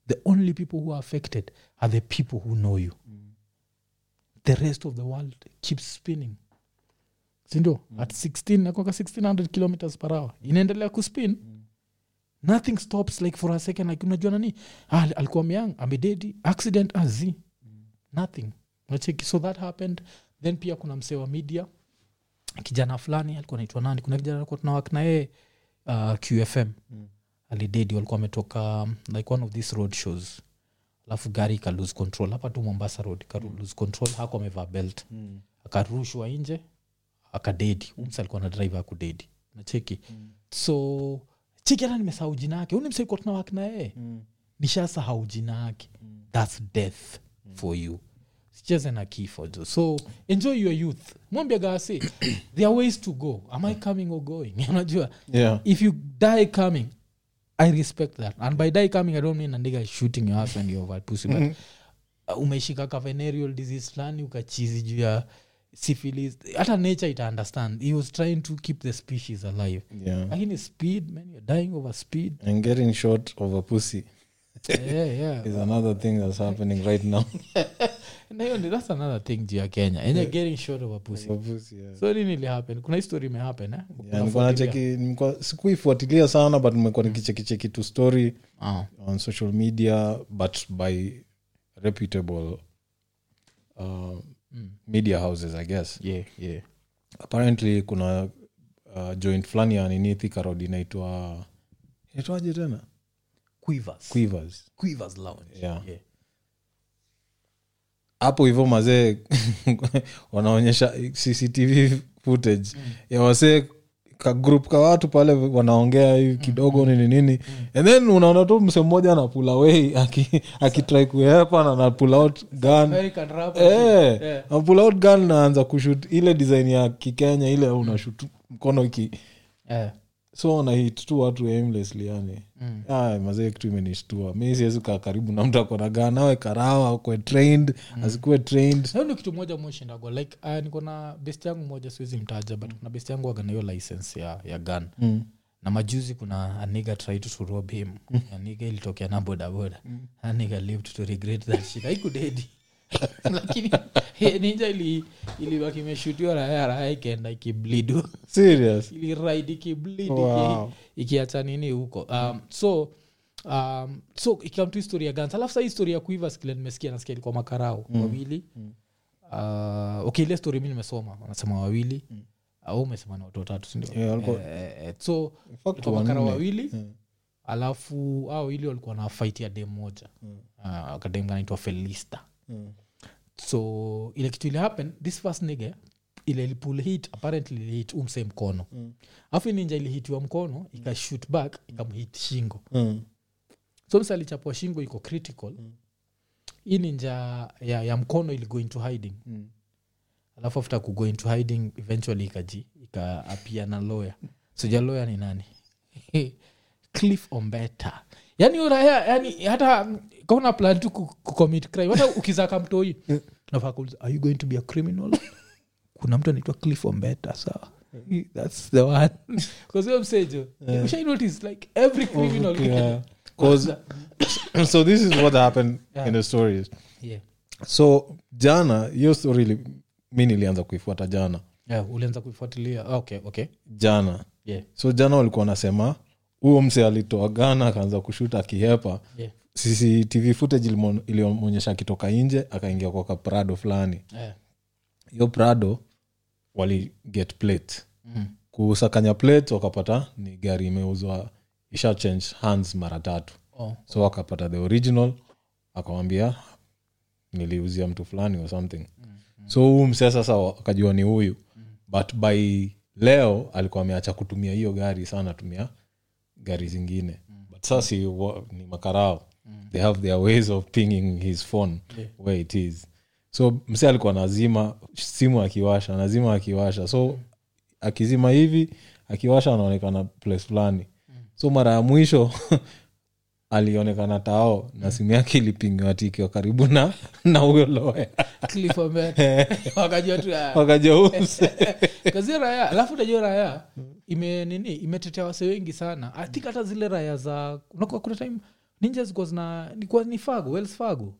Speaker 1: the only people who are affected are the people who know you the rest of the world keeps spinning sindio at 16 nakwaka 1600 kilometers per hour inaendelea kuspin nothing stops like for a second like unajua nani ah, alikuwa myang amededi accident az nothing unacheki so that happened then pia kuna msee wa media kijana fulani alikuwa naitwa nani kuna kijana alikuwa tunawak na yeye uh, qfm alidedi walikuwa wametoka um, like one of these road shows alafu gari ika lose control hapa tu mombasa road ika lose control hako amevaa belt mm. akarushwa nje akadedi umsa alikuwa na drive akudedi nacheki mm. so cheki hata nimesahau jina yake uni msaikuwa tunawak na yeye mm. nishasahau jina yake mm. thats death mm. for you sicheze na kifo jo so enjoy your youth mwambiagawasi *coughs* there are ways to go am i coming or going *laughs* unajua
Speaker 2: yeah
Speaker 1: if you die coming i respect that and by die coming i don't mean a nigga is shooting your husband your over pussy
Speaker 2: Mm-hmm.
Speaker 1: but uh, umeshika ka venereal disease fulani ukachizi juu ya syphilis hata nature ita understand he was trying to keep the species alive
Speaker 2: yeah
Speaker 1: lakini speed man you're dying over
Speaker 2: *laughs*
Speaker 1: speed
Speaker 2: and getting short of a pussy
Speaker 1: yeah yeah
Speaker 2: is another thing that's happening right now *laughs*
Speaker 1: na hiyo ndio- that's another thing juu ya kenya and you're getting short of a pussy
Speaker 2: Of a pussy, yeah.
Speaker 1: so nini ilihappen kuna history imehappen eh
Speaker 2: Yeah, nilikuwa nacheki nilikuwa- sikuifuatilia sana but nimekuwa nikichekicheki tu story
Speaker 1: Ah,
Speaker 2: on social media but by reputable uh, media houses i guess
Speaker 1: yeah yeah
Speaker 2: apparently kuna uh, joint fulani ya nini Thika road inaitwa inaitwaje tena
Speaker 1: quivers
Speaker 2: quivers
Speaker 1: quivers lounge
Speaker 2: Yeah.
Speaker 1: yeah
Speaker 2: hapo hivyo mazee *laughs* wanaonyesha cctv footage ya wasee kagrup ka watu pale wanaongea hivi kidogo nini nini and then unaona tu mse mmoja anapula away aki- akitry kuhepa na anapula out gun
Speaker 1: American rap
Speaker 2: Eh, na pull out gun naanza kushut ile design ya kikenya ile unashut mkono iki
Speaker 1: Eh.
Speaker 2: so wanahit tu watu aimlessly yani Ay, mazee kitu imenishtua mi siwezi kaa karibu na mtu akona gun awe karawa akwe trained asikuwe trained
Speaker 1: hiyo ndio kitu moja moshindagwa like uh, niko na best yangu moja siwezi mtaja but kuna best yangu agana hiyo license ya, ya gun mm. na majuzi kuna aniga tried to rob him aniga ilitokea na bodaboda mm. aniga lived to regret that shit haikudedi *laughs* lakini eh, ninja ili ilibaki imeshutiwa raya raya ikaenda ikiblidu
Speaker 2: serious
Speaker 1: iliride ikiblid
Speaker 2: Wow.
Speaker 1: iki- ikiacha nini huko um, so um, so ikam tu historia gans alafu saa hii historia ya kuivas kile nimesikia nasikia ilikuwa makarao mm. wawili mm. Uh, okay ile story mi nimesoma wanasema wawili mm. au umesema na watu watatu sindio
Speaker 2: Yeah, walikuwa-
Speaker 1: eh, eh, so
Speaker 2: fact
Speaker 1: ilikuwa makara
Speaker 2: wanne.
Speaker 1: wawili
Speaker 2: Hmm,
Speaker 1: alafu au ili walikuwa na fight ya dem moja mm. uh, kadem kanaitwa felista
Speaker 2: Mm.
Speaker 1: so ile kitu ile happen this first nige ile ilipul hit apparently ilihit umse mkono alafu mm. ninja ilihitiwa mkono ikashut back ikamhit shingo
Speaker 2: Mm.
Speaker 1: so msa alichapwa shingo iko critical hii ni njaa ya, ya mkono iligo into hiding
Speaker 2: Mm.
Speaker 1: alafu after kugo into hiding eventually ikaji ikaapia na lawyer soja lawyer ni nani *laughs* cliff ombeta yani uraya yani hata kauna plan tu ku- kucommit crime hata ukizaka
Speaker 2: *laughs*
Speaker 1: mtoi nafaa kuuliza are you going to be a criminal *laughs* kuna mtu anaitwa cliff ombeta sawa thats the
Speaker 2: *laughs*
Speaker 1: one kazio msejo ushai notice like every criminal
Speaker 2: Oh, Yeah. 'Cause- *coughs* so this is what happened
Speaker 1: Yeah.
Speaker 2: in the stories
Speaker 1: *laughs* yeah.
Speaker 2: so jana hiyo story ili- mi nilianza kuifuata jana
Speaker 1: yeah, ulianza kuifuatilia Ah, okay okay
Speaker 2: jana
Speaker 1: yeah
Speaker 2: so jana walikuwa wanasema huyo mse alitoa gana akaanza kushuta akihepa
Speaker 1: yeah
Speaker 2: cctv footage ilimo- iliomonyesha akitoka nje akaingia kwa kaprado fulani
Speaker 1: yeah
Speaker 2: hiyo prado wali get plate
Speaker 1: mm.
Speaker 2: kusakanya plate wakapata ni gari imeuzwa isha change hands mara tatu
Speaker 1: oh.
Speaker 2: so wakapata the original akawambia niliuzia mtu fulani or something so huu msee sasa wa- akajua ni huyu but by leo alikuwa ameacha kutumia hiyo gari sana tumia gari zingine but sasa si wa- ni makarao they have their ways of pinging his phone
Speaker 1: Yeah.
Speaker 2: where it is so msee alikuwa nazima simu akiwasha nazima akiwasha so akizima hivi akiwasha anaonekana place fulani so mara ya mwisho *laughs* alionekana tao na simu yake ilipingiwa tikiwa karibu na na huyo loya
Speaker 1: cliff *laughs* ombeta wakajua tu ah,
Speaker 2: wakajaumse
Speaker 1: *laughs* kazi raya alafu unajua raya ime nini imetetea wase wengi sana i think hata zile raya za unakuwa kuna time ninja zilikuwa zina ilikuwa ni fago wells fago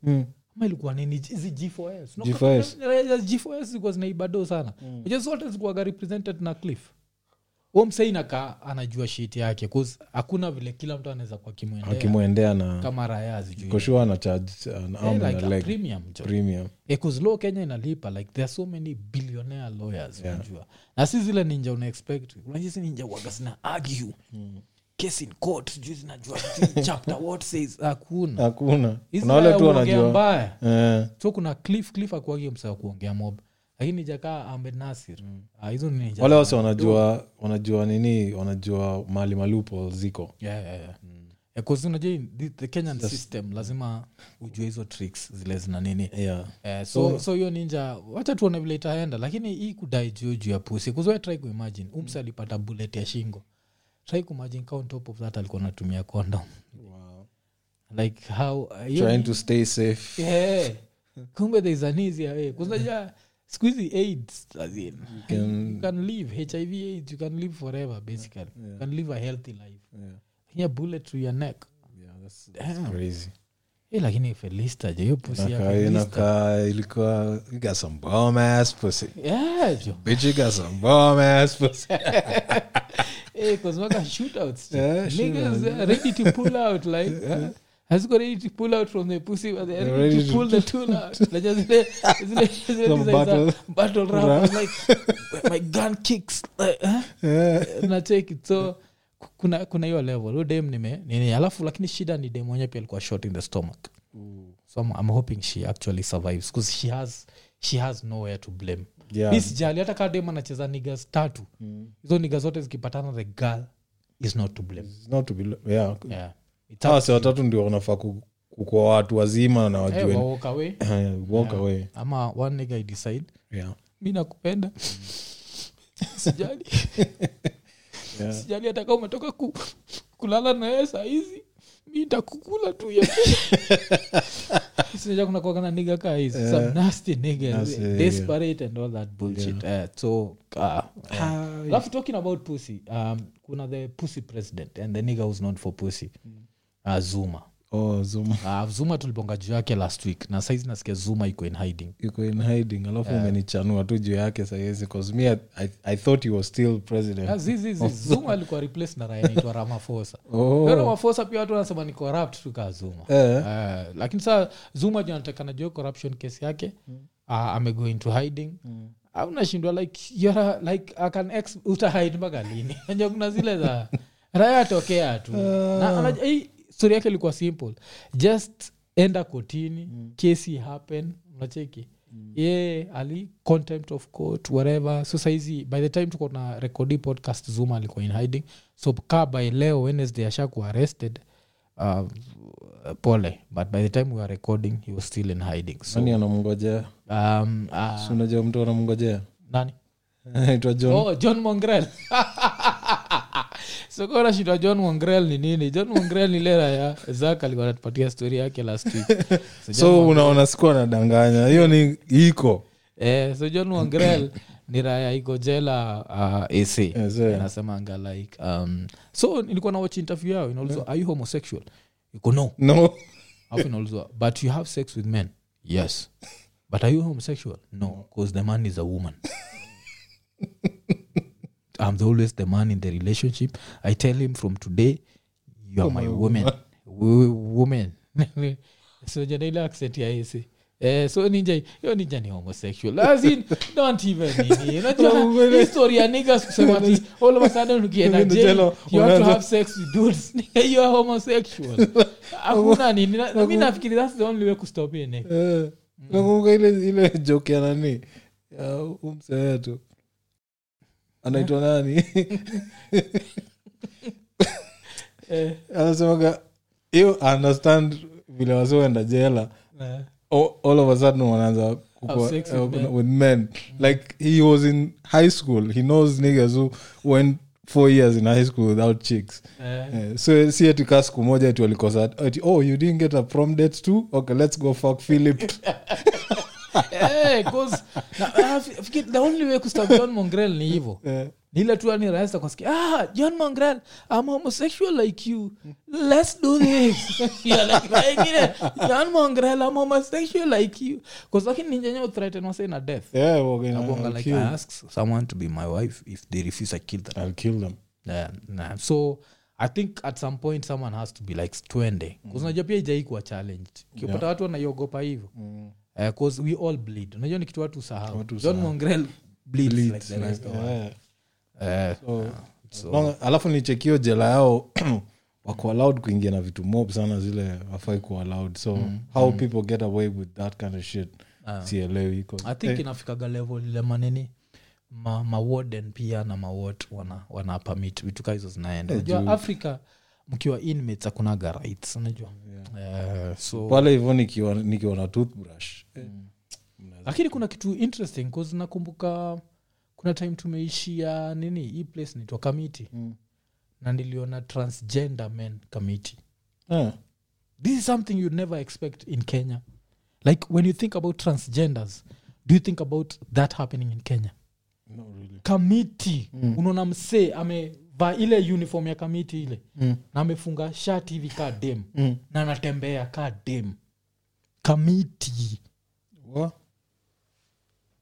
Speaker 1: ama ilikuwa nini hizi g4s Unakuwa kuna
Speaker 2: G4S.
Speaker 1: raya za g4s zilikuwa zinaibado sana mm. zote zilikuwaga represented na cliff huo msee inakaa anajua shit yake 'cause hakuna vile kila mtu anaweza kuwa kimwendea
Speaker 2: akimwendea na
Speaker 1: kama raya zijui
Speaker 2: koshua na charge an arm
Speaker 1: Eh,
Speaker 2: na
Speaker 1: like a
Speaker 2: leg
Speaker 1: premium jo
Speaker 2: premium
Speaker 1: because law kenya inalipa like there are so many billionaire lawyers yeah. unajua na si zile ninja una expect unajua si ninja waga zina argue case in court sijui zinajua sijui *laughs* chapter what says hakuna
Speaker 2: hakuna
Speaker 1: Hizi
Speaker 2: Ah, kuna wale
Speaker 1: lawyer
Speaker 2: tu
Speaker 1: huongea
Speaker 2: wanajua
Speaker 1: mbaya
Speaker 2: Eh,
Speaker 1: so kuna cliff cliff akuagi msaa kuongea mob lakini jakaa ahmed nasir Ah, hizo ni ninja
Speaker 2: Mm. wale wase wanajua wanajua nini wanajua mali malupo ziko
Speaker 1: yeah, yeah, yeah.
Speaker 2: Mm.
Speaker 1: Eh, 'cause unajua the, the kenyan system lazima ujue hizo tricks zile zina nini
Speaker 2: yeah.
Speaker 1: Eh, so so hiyo ninja wacha tuone vile itaenda lakini hii kudai juu juu ya pusi kuzoe try kuimagine umse alipata bullet ya shingo try kuimagine ka on top of that alikuwa anatumia condom
Speaker 2: wow.
Speaker 1: like how uh, hiyo
Speaker 2: trying
Speaker 1: ni-
Speaker 2: to stay safe
Speaker 1: yeah. kumbe there is an easier way kuzaja siku hizi aids as in, you can live hiv aids you can live forever basically you can live a healthy life
Speaker 2: Yeah.
Speaker 1: yeah, bullet to your neck
Speaker 2: Yeah, that's- that's
Speaker 1: Damn.
Speaker 2: crazy.
Speaker 1: Eh, lakini felista je hiyo pusi
Speaker 2: Inakaa-
Speaker 1: yake Felista.
Speaker 2: inakaa ilikuwa you got some bomb ass pussy
Speaker 1: yeah jo
Speaker 2: bitch you got some bomb ass pussy
Speaker 1: *laughs* Eh, 'cause waka shootouts
Speaker 2: *laughs* Yeah,
Speaker 1: niggas uh, ready to pull
Speaker 2: *laughs*
Speaker 1: out like uh, has got ready to pull out from the pussy but they're
Speaker 2: They're
Speaker 1: ready
Speaker 2: ready
Speaker 1: to
Speaker 2: to
Speaker 1: pull the tool out like just zile zile zile designs
Speaker 2: Some
Speaker 1: za
Speaker 2: battle-
Speaker 1: battle rap
Speaker 2: rap.
Speaker 1: I'm like my gun kicks like, huh?
Speaker 2: yeah.
Speaker 1: *laughs* na take it so ku- kuna kuna hiyo level huyo dem nime nini alafu lakini shida ni dem mwenyewe pia alikuwa shot in the stomach so I'm, I'm hoping she actually survives because she has she has nowhere to blame
Speaker 2: Yeah.
Speaker 1: mi sijali hata kaa dem anacheza nigas tatu hizo niga zote zikipatana the girl is not to blame
Speaker 2: It's not to be lo- yeah.
Speaker 1: yeah. It's
Speaker 2: Hawa si watatu ndio wanafaa ku- kukuwa watu wazima na Eh,
Speaker 1: up- eh,
Speaker 2: wajue
Speaker 1: walk away
Speaker 2: walk away
Speaker 1: ama one nigga i decide
Speaker 2: yeah.
Speaker 1: mi nakupenda
Speaker 2: Mm.
Speaker 1: sijali
Speaker 2: *laughs* Yeah.
Speaker 1: sijali hata kama umetoka ku, kulala na yeye sahizi mi ntakukula tu
Speaker 2: *laughs*
Speaker 1: sinaja kuna kuagana niga kaa hizi some nasty niggas
Speaker 2: Nasty, yeah.
Speaker 1: desperate and all that bullshit Eh, so uh, alafu talking about pussy um, kuna the pussy president and the nigga who's known for pussy
Speaker 2: Mm.
Speaker 1: uh, zuma
Speaker 2: Oh, Zuma
Speaker 1: uh, zuma tulibonga juu yake last week na saizi nasikia zuma iko in hiding
Speaker 2: *laughs* yuko in hiding alafu umenichanua tu juu yake sahizi bcause me I, I, i thought he was still president
Speaker 1: Ah, zi, zi,
Speaker 2: *laughs*
Speaker 1: zi, zuma alikuwa replace na raya naitwa ramafosa
Speaker 2: Oh.
Speaker 1: Leo ramafosa pia watu wanasema ni corrupt tu kaa zuma
Speaker 2: Eh.
Speaker 1: Eh, lakini saa zuma ju anatakana jua corruption case yake Ah, amego into hiding Ah, unashindwa like you're a- like akan ex utahid mpaka lini *laughs* Unajua kuna zile za raya atokea tu Na anaj- hii story yake ilikuwa simple just enda kotini kesi happen unacheki ye ali contempt of court whatever so saizi by the time tuko na rekodi podcast zuma alikuwa in hiding so kaa by leo wednesday ashakuwa arrested uh, pole but by the time we were recording he was still in hiding so
Speaker 2: nani anamngojea
Speaker 1: um, uh,
Speaker 2: Si unajua mtu anamngojea *laughs*
Speaker 1: nani
Speaker 2: naitwa john
Speaker 1: oh, john mongrel *laughs* sokona shida john mongrel ni nini john mongrel ni lera ya zak alikuwa anatupatia story yake last week *laughs* so, John
Speaker 2: so unaona sikuwa nadanganya hiyo ni iko
Speaker 1: eh, so john wangrel ni raya iko jela uh, ac
Speaker 2: Yes, eh.
Speaker 1: anasemanga like um, so nilikuwa na watch interview yao inaulizwa are you homosexual iko no
Speaker 2: no
Speaker 1: alafu inaulizwa but you have sex with men yes but are you homosexual no because the man is a woman *laughs* i'm the always the man in the relationship i tell him from today you are my woman Wo- woman *laughs* so jana ile accent ya ese Eh, so ninja hiyo ninja ni homosexual As in, *laughs* don't even nini. Unajua, hii story ya niggas kusema ati, all of a sudden ukienda
Speaker 2: Ukienda
Speaker 1: jail,
Speaker 2: jela,
Speaker 1: you have to
Speaker 2: unaanza-
Speaker 1: have sex with dudes. *laughs* Nigga, you are homosexual hakuna nini Na- na mi nafikiri thats the only way kustop hii neck.
Speaker 2: Eh,
Speaker 1: Mm.
Speaker 2: nakumbuka ile ile joke ya nani ya umse wetu anaitwa nani *laughs*
Speaker 1: Eh,
Speaker 2: anasemaga you understand vile wasioenda jela
Speaker 1: eh.
Speaker 2: all all of a sudden wanaanza kukua-
Speaker 1: Have sex with
Speaker 2: eh,
Speaker 1: men.
Speaker 2: with men like he was in high school he knows niggas who went four years in high school without chicks
Speaker 1: Eh,
Speaker 2: Eh, so si ati kaa siku moja ati walikosa ati oh you didn't get a prom date too okay let's go fuck
Speaker 1: *laughs*
Speaker 2: philip
Speaker 1: eh, 'cause- na- ah, fi- fikiri the only way kustop john mongrel ni hivo
Speaker 2: Eh,
Speaker 1: nile tu ani rahisi kusikia ah john mongrel i'm homosexual like you let's do this *laughs* You're like, "Na ingine, john mongrel i'm homosexual like you bcause lakini ninjenye uthreaten wasei na death
Speaker 2: yeah, we're gonna-
Speaker 1: Abonga
Speaker 2: I'll
Speaker 1: like
Speaker 2: kill-
Speaker 1: i ask someone to be my wife if they refuse i kill them
Speaker 2: I'll kill them
Speaker 1: Yeah, nah. so i think at some point someone has to be like twende unajua pia ijai kuwa challenged ukipata watu wanaiogopa hivyo Eh, 'cause we all bleed unajua ni kitu watu usahau john mongrel bleeds like the rest of us.
Speaker 2: Yeah.
Speaker 1: Eh,
Speaker 2: So, long- alafu nichekio jela yao *clears throat* wako allowed kuingia na vitu mob sana zile wafai ku allowed so how people get away with that kind of shit sielewi Eh, 'cause-
Speaker 1: i think inafikaga level ile manini ma, mawarden pia na mawot wana, wana permit vitu kaa hizo zinaenda unajua africa mkiwa inmates hakunaga rights unajua Eh, so
Speaker 2: pale hivyo nikiwa nikiwa na toothbrush eh,
Speaker 1: lakini kuna kitu interesting cause nakumbuka kuna time tumeishia nini hii place naitwa kamiti mm. na niliona transgender men kamiti
Speaker 2: eh,
Speaker 1: this is something you'd never expect in kenya like when you think about transgenders do you think about that happening in kenya
Speaker 2: no really.
Speaker 1: kamiti mm. unaona msee amevaa ile uniform ya kamiti ile mm. na amefunga shati hivi kaa dem mm. na anatembea kaa dem kamiti
Speaker 2: Wa-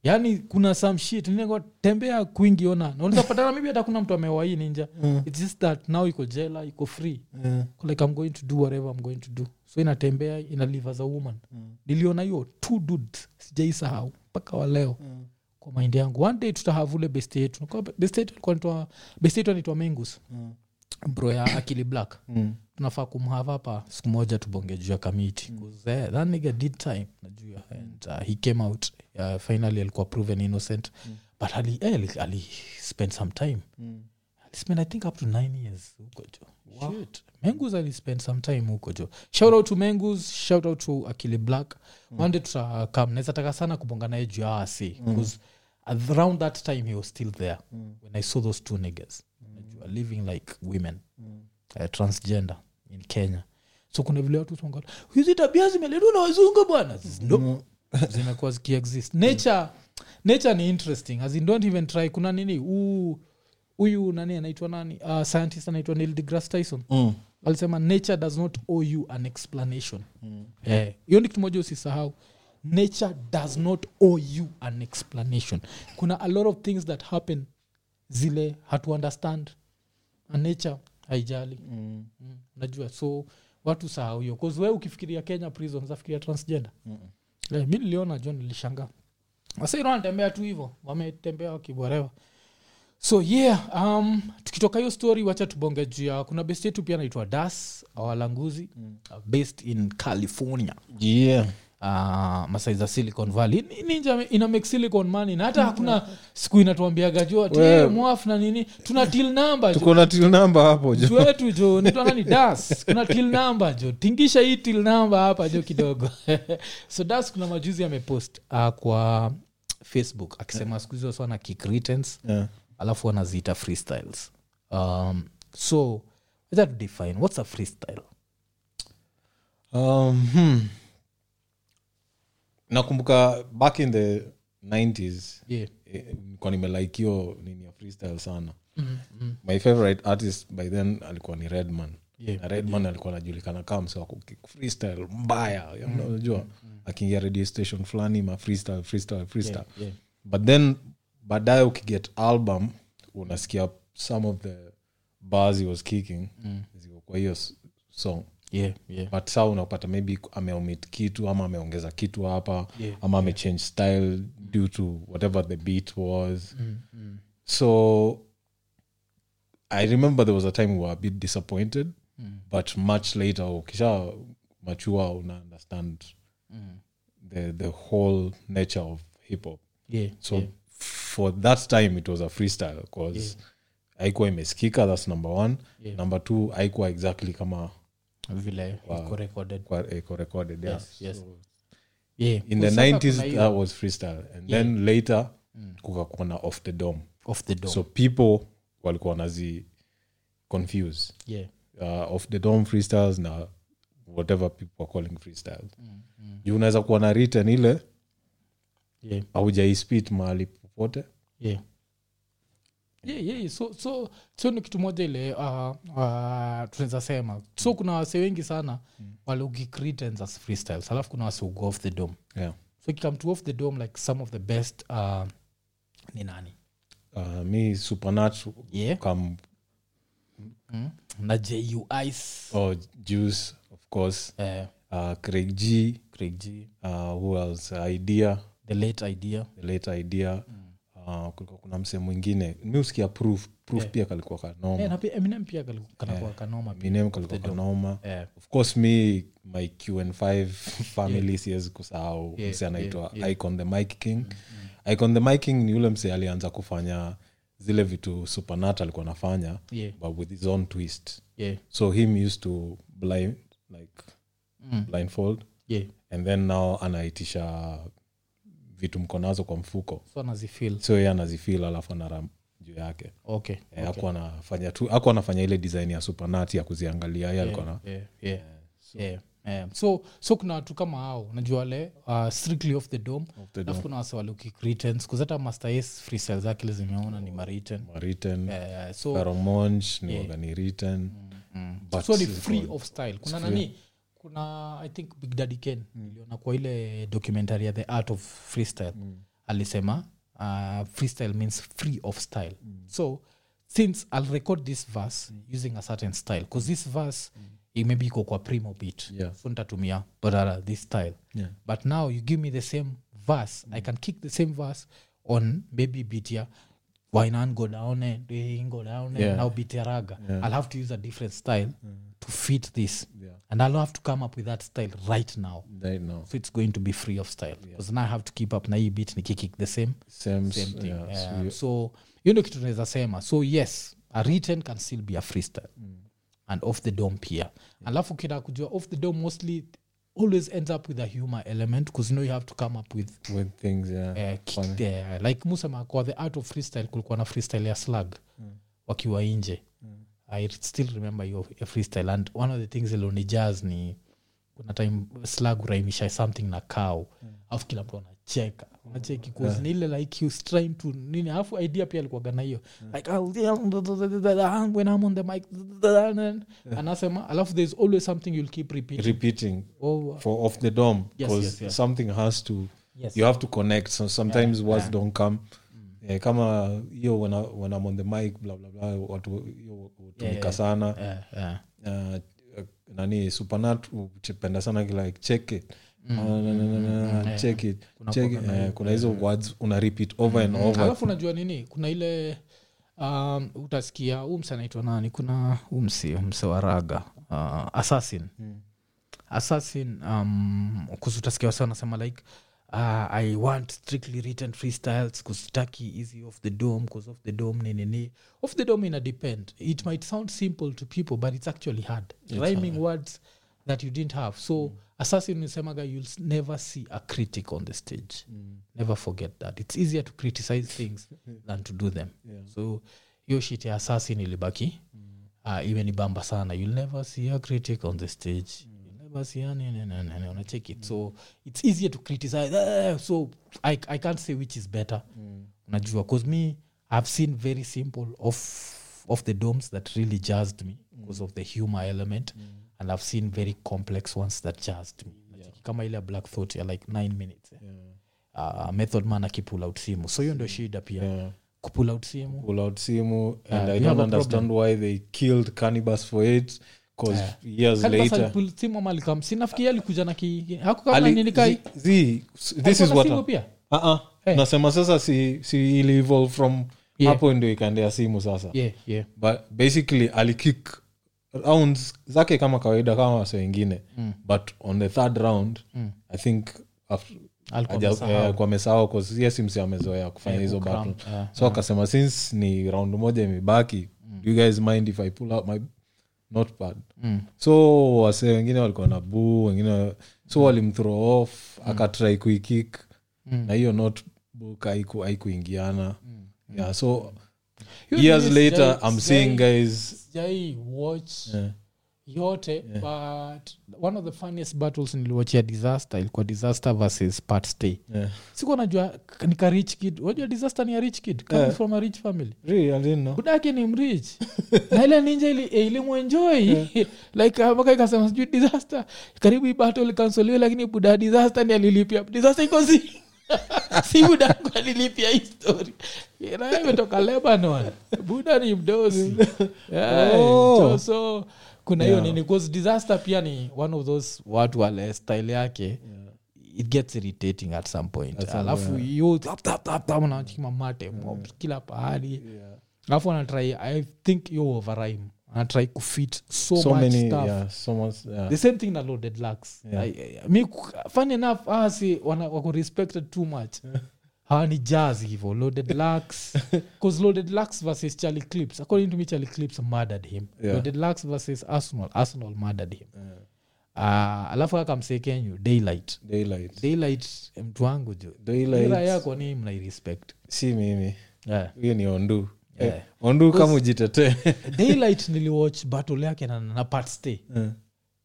Speaker 1: yani Yaani, kuna some shit Nilikuwa tembea kwingi ona na unaweza patana maybe hata kuna mtu amewai ninja its just that now iko jela iko free
Speaker 2: eh,
Speaker 1: like i'm going to do whatever i'm going to do so inatembea ina live as a woman niliona hiyo two dudes sijaisahau mpaka wa leo
Speaker 2: Mm.
Speaker 1: kwa maindi yangu one day tutahave ule best yetu best yetu alikuwa anaitwa- best yetu anaitwa mengus bro ya akili black
Speaker 2: mm.
Speaker 1: tunafaa kumhava hapa siku moja tubonge juu ya kamiti 'Cause, eh, that nigga did time najua and uh, he came out uh, finally alikuwa proven innocent but ali, eh, ali, ali spend some time ali spend i think up to nine years huko jo Shit. mengus ali spend some time huko jo shout out to mengus shout out to akili black one day tutakam naweza taka sana kubonga naye juu ya asi bcause around that time he was still there when i saw those two niggas najua living like women uh, transgender in kenya so kuna vile watu songa hizi tabia zimeletwa na wazungu bwana no. zimekuwa zikiexist nature nature ni interesting as in don't even try kuna nini huu- huyu nani anaitwa nani uh, scientist anaitwa neil degrasse tyson
Speaker 2: Mm.
Speaker 1: alisema nature does not owe you an explanation Eh, hiyo ni kitu moja usisahau nature does not owe you an explanation kuna a lot of things that happen zile hatu understand Na nature haijali mm. najua so watu sahau hiyo bcause we ukifikiria kenya prison zafikiria transgender Eh, mi niliona jo nilishanga wasairo wanatembea tu hivo wametembea wakiborewa so yeah um, tukitoka hiyo story wacha tubonge juu ya kuna best yetu pia anaitwa das awalanguzi mm. based in uh, california
Speaker 2: yeah.
Speaker 1: uh, masai za silicon valley Ni- ninja ame- ina make silicon money na hata hakuna siku inatuambiaga jo ati
Speaker 2: Wewe-
Speaker 1: hey, mwaf na nini tuna til namba
Speaker 2: tuko na til namba hapo jo
Speaker 1: wetu jo nitwanani das kuna til namba jo tingisha hii til namba hapa jo kidogo *laughs* so das kuna majuzi amepost uh, kwa facebook akisema siku hizi waswana kikritens
Speaker 2: *laughs* Yeah.
Speaker 1: alafu wanaziita freestyles um, so wacha tu define what's a freestyle
Speaker 2: um, hmm. nakumbuka back in the 90s
Speaker 1: yeah.
Speaker 2: eh, nilikuwa nimelike hiyo nini ya freestyle sana
Speaker 1: Mm-hmm,
Speaker 2: my favorite artist by then alikuwa ni redman
Speaker 1: Yeah.
Speaker 2: na redman alikuwa anajulikana kama mse wako freestyle mbaya you
Speaker 1: Mm-hmm,
Speaker 2: know, unajua akiingia radio station fulani ma freestyle freestyle freestyle
Speaker 1: yeah.
Speaker 2: but then baadaye ukiget album unasikia some of the bars he was kicking
Speaker 1: Mm.
Speaker 2: ziko kwa hiyo s- song
Speaker 1: Yeah, yeah.
Speaker 2: but saa unapata maybe ameomit kitu ama ameongeza kitu hapa
Speaker 1: Yeah,
Speaker 2: ama amechange style due to whatever the beat was
Speaker 1: Mm,
Speaker 2: so i remember there was a time we were a bit disappointed
Speaker 1: Mm.
Speaker 2: but much later ukisha machua una understand
Speaker 1: Mm.
Speaker 2: the, the whole nature of hip hop
Speaker 1: Yeah,
Speaker 2: so
Speaker 1: yeah.
Speaker 2: for that time it was a freestyle because haikuwa imesikika that's number one
Speaker 1: Yeah.
Speaker 2: number two haikuwa exactly kama
Speaker 1: vile iko recorded
Speaker 2: kwa- iko recorded yeah.
Speaker 1: Yes, yes. Yeah.
Speaker 2: in
Speaker 1: Sasa
Speaker 2: the
Speaker 1: kuna
Speaker 2: 90s
Speaker 1: hiyo Mm.
Speaker 2: that was freestyle and then later kukakuwa na off the dome
Speaker 1: off the door
Speaker 2: so people walikuwa wanazi confuse
Speaker 1: yeah.
Speaker 2: uh, off the dome freestyles na whatever people are calling freestyles
Speaker 1: Mm,
Speaker 2: juu unaweza kuwa na written ile
Speaker 1: Yeah.
Speaker 2: aujaispit mahali popote
Speaker 1: yeah. Yeah, yeah. so so so ni kitu moja ile uh, uh, tunaweza sema so kuna wase wengi sana mm. wale ukicritens as freestyles alafu kuna wase ugo off the dome
Speaker 2: yeah.
Speaker 1: so ikikam to off the dome like some of the best uh, ni nani
Speaker 2: uh, mi supernat
Speaker 1: yeah
Speaker 2: kam
Speaker 1: na ju ice
Speaker 2: oh, juice of course
Speaker 1: eh,
Speaker 2: uh, craig g
Speaker 1: Craig G,
Speaker 2: uh, who else idea
Speaker 1: the late idea
Speaker 2: the late idea uh, kulikuwa kuna mse mwingine mi usikia proof proof pia kalikuwa kanoma
Speaker 1: eh, na pia eminem pia kali-
Speaker 2: Eh.
Speaker 1: kanakuwa kanoma pia
Speaker 2: minem kalikuwa kanoma
Speaker 1: eh,
Speaker 2: of course mi my qn5 *laughs* family siwezi kusahau mse anaitwa icon the mike king icon the mike king ni yule mse alianza kufanya zile vitu supernat alikuwa anafanya
Speaker 1: yeah,
Speaker 2: but with his own twist
Speaker 1: yeah,
Speaker 2: so him used to blind like
Speaker 1: Mm.
Speaker 2: blindfold
Speaker 1: yeah.
Speaker 2: and then now anaitisha vitu mko nazo kwa mfuko
Speaker 1: so anazifil
Speaker 2: so ye anazifil alafu anaram juu yake
Speaker 1: okay
Speaker 2: okay. aku anafanya tu aku anafanya ile design ya supernati ya kuziangalia ye alikuwa na Eh,
Speaker 1: yeah, yeah, yeah, yeah. so so kuna watu kama hao najua wale uh, strictly off the dome
Speaker 2: the
Speaker 1: alafu kuna wase walikukuzata masters freestyle zake ile zimeona ni
Speaker 2: Oh.
Speaker 1: mariten
Speaker 2: written
Speaker 1: uh, so, Mm,
Speaker 2: pheromones ni waga ni written but
Speaker 1: so ni
Speaker 2: it's
Speaker 1: free
Speaker 2: all-
Speaker 1: of style kuna nani kuna i think big daddy ken niliona kwa ile documentary ya the art of freestyle
Speaker 2: Mm.
Speaker 1: alisema uh, freestyle means free of style
Speaker 2: Mm.
Speaker 1: so since i'll record this verse using a certain style because this verse mm. maybe iko kwa primo beat
Speaker 2: Yeah.
Speaker 1: so nitatumia badala this style
Speaker 2: Yeah. Mm.
Speaker 1: but now you give me the same verse i can kick the same verse on maybe beat ya wainan go down eh, ding go down eh,
Speaker 2: Yeah. Mm.
Speaker 1: now beat ya raga i'll have to use a different style to fit this
Speaker 2: Yeah.
Speaker 1: and i'll have to come up with that style right now
Speaker 2: They know.
Speaker 1: so it's going to be free of style because now i have to keep up na hii beat nikikick the same
Speaker 2: Same,
Speaker 1: same thing
Speaker 2: yeah, so
Speaker 1: yeah.
Speaker 2: you-
Speaker 1: so you know kitu tunaweza sema so yes a written can still be a freestyle mm. and off the dome pia yeah. alafu ukitaka kujua off the dome mostly always ends up with a humor element because you know you have to come up with
Speaker 2: with things yeah.
Speaker 1: eh, ki- eh, like musema kwa the art of freestyle kulikuwa na freestyle ya slug wakiwa nje i still remember hiyo freestyle and one of the things ilonijaz ni kuna time slug uraimisha something na cow alafu kila mtu anacheka unacheki yeah. ni ile like you trying to nini alafu idea pia alikuwaga na hiyo like I'll, when i'm on the mic anasema alafu there's always something you'll keep repeating Oh,
Speaker 2: repeating
Speaker 1: over
Speaker 2: for off the dome
Speaker 1: Yes,
Speaker 2: because
Speaker 1: yes, yes.
Speaker 2: something has to
Speaker 1: Yes.
Speaker 2: you have to connect so sometimes words don't come
Speaker 1: Mm.
Speaker 2: Eh, kama hiyo when, I- when i'm on the mic blah, blah, blah, watu hiyo hutumika sana
Speaker 1: eh, eh.
Speaker 2: uh, nani supanat uchependa sana kila like, check it
Speaker 1: Mm.
Speaker 2: Ah, na, na, na, na, check it check it. Eh, kuna hizo words una repeat over and over
Speaker 1: Mm. alafu unajua nini kuna ile um, utasikia huu mse anaitwa nani kuna huu mse mse wa raga uh, assassin assassin um, kuhusu utasikia wasa wanasema like uh, i want strictly written freestyles kustaki easy off the dome cause off the dome ninini off the dome ina depend it might sound simple to people but it's actually hard rhyming words that you didn't have so mm. assassin isemaga you'll s- never see a critic on the stage mm. never forget that it's easier to criticize *laughs* things than to do them
Speaker 2: Yeah.
Speaker 1: so hiyo shit ya assassin ilibaki uh, imenibamba sana you'll never see a critic on the stage You'll never see a nini, nini, nini, unacheki it so it's easier to criticize "Eh, so I, i can't say which is better
Speaker 2: Mm.
Speaker 1: unajua bcause me i've seen very simple of, of the domes that really jazzed me
Speaker 2: Mm.
Speaker 1: because of the humor element and i've seen very complex ones that jazzed me Unacheki kama ile ya black thought ya like nine minutes eh.
Speaker 2: Yeah.
Speaker 1: uh, method man akipull out simu so hiyo ndio shida pia
Speaker 2: Yeah.
Speaker 1: kupull out simu
Speaker 2: pull out simu and
Speaker 1: Yeah,
Speaker 2: i
Speaker 1: we have
Speaker 2: don't
Speaker 1: a
Speaker 2: understand why they killed cannibus for it because years
Speaker 1: Kanibas
Speaker 2: later
Speaker 1: alipull simu ama alikam sinafikiri alikuja na ki- hakukaa na
Speaker 2: Ali-
Speaker 1: nini kai
Speaker 2: Z- Z, s- this is
Speaker 1: Alikuwa na
Speaker 2: what
Speaker 1: simu
Speaker 2: uh
Speaker 1: pia
Speaker 2: -uh.
Speaker 1: Eh.
Speaker 2: nasema sasa si, si ili evolve from
Speaker 1: Yeah.
Speaker 2: hapo ndio ikaendea simu sasa
Speaker 1: yeah yeah
Speaker 2: but basically alikik rounds zake kama kawaida kama wase wengine mm. but on the third round mm. i think after-
Speaker 1: Alikuwa
Speaker 2: aja-
Speaker 1: amesahau.
Speaker 2: eh, kwa mesahau kosimsi amezoea kufanya hizo battle
Speaker 1: yeah,
Speaker 2: so akasema since ni round moja imebaki do you guys mind if i pull out my notepad mm. so wase wengine walikuwa na buu wengine so walimthrow off akatrai kuikik mm. na hiyo notebook haiku- haikuingiana yeah so
Speaker 1: Hiyo
Speaker 2: years
Speaker 1: nini
Speaker 2: later
Speaker 1: sijai-
Speaker 2: i'm
Speaker 1: sijai-
Speaker 2: seeing guys
Speaker 1: sijai watch
Speaker 2: Yeah.
Speaker 1: yote but one of the funniest battles niliwachia disaster ilikuwa disaster versus part stay
Speaker 2: Yeah.
Speaker 1: sikuwa najua ni ka rich kid wajua disaster ni a rich kid comes
Speaker 2: Yeah.
Speaker 1: from a rich family
Speaker 2: Really, I didn't know.
Speaker 1: budake ni mrich na ile ninja ili- eh, ilimwenjoi
Speaker 2: Eh.
Speaker 1: *laughs* like ah, mpaka ikasema sijui disaster karibu hii battle ikansoliwe lakini buda disaster ni alilipia disaster iko si *laughs* si *laughs* budangu alilipia hii story Na imetoka lebanon buda ni
Speaker 2: *laughs*
Speaker 1: mdosi Yeah,
Speaker 2: Oh.
Speaker 1: so- so kuna hiyo
Speaker 2: Yeah.
Speaker 1: nini cause disaster pia ni one of those watu wale style yake it gets irritating at some point
Speaker 2: At some-
Speaker 1: alafu yo tap, tap, tap, tap, wanachukima mate mobs kila pahali
Speaker 2: Yeah.
Speaker 1: alafu anatrai i think yo overrime anatrai kufit so,
Speaker 2: So
Speaker 1: much
Speaker 2: many,
Speaker 1: stuff
Speaker 2: yeah, so much, yeah.
Speaker 1: the same thing na loaded lax
Speaker 2: Yeah.
Speaker 1: mi ku- fun enough asi wako respected too
Speaker 2: *laughs*
Speaker 1: much hawani jazz hivo loaded lax bcause loaded lax versus charlie clips according to me charlie clips murdered him
Speaker 2: Yeah.
Speaker 1: loaded lax versus arsenal arsenal murdered him Ah, alafu akamsekenyu daylight
Speaker 2: Daylight.
Speaker 1: daylight mtu wangu jo
Speaker 2: Daylight,
Speaker 1: ira yako ni mnairespect
Speaker 2: si mimi
Speaker 1: yeah.
Speaker 2: hiyo ni ondu
Speaker 1: Yeah.
Speaker 2: eh, ondu kama
Speaker 1: *laughs*
Speaker 2: ujitetee
Speaker 1: daylight niliwatch battle yake na, na part stay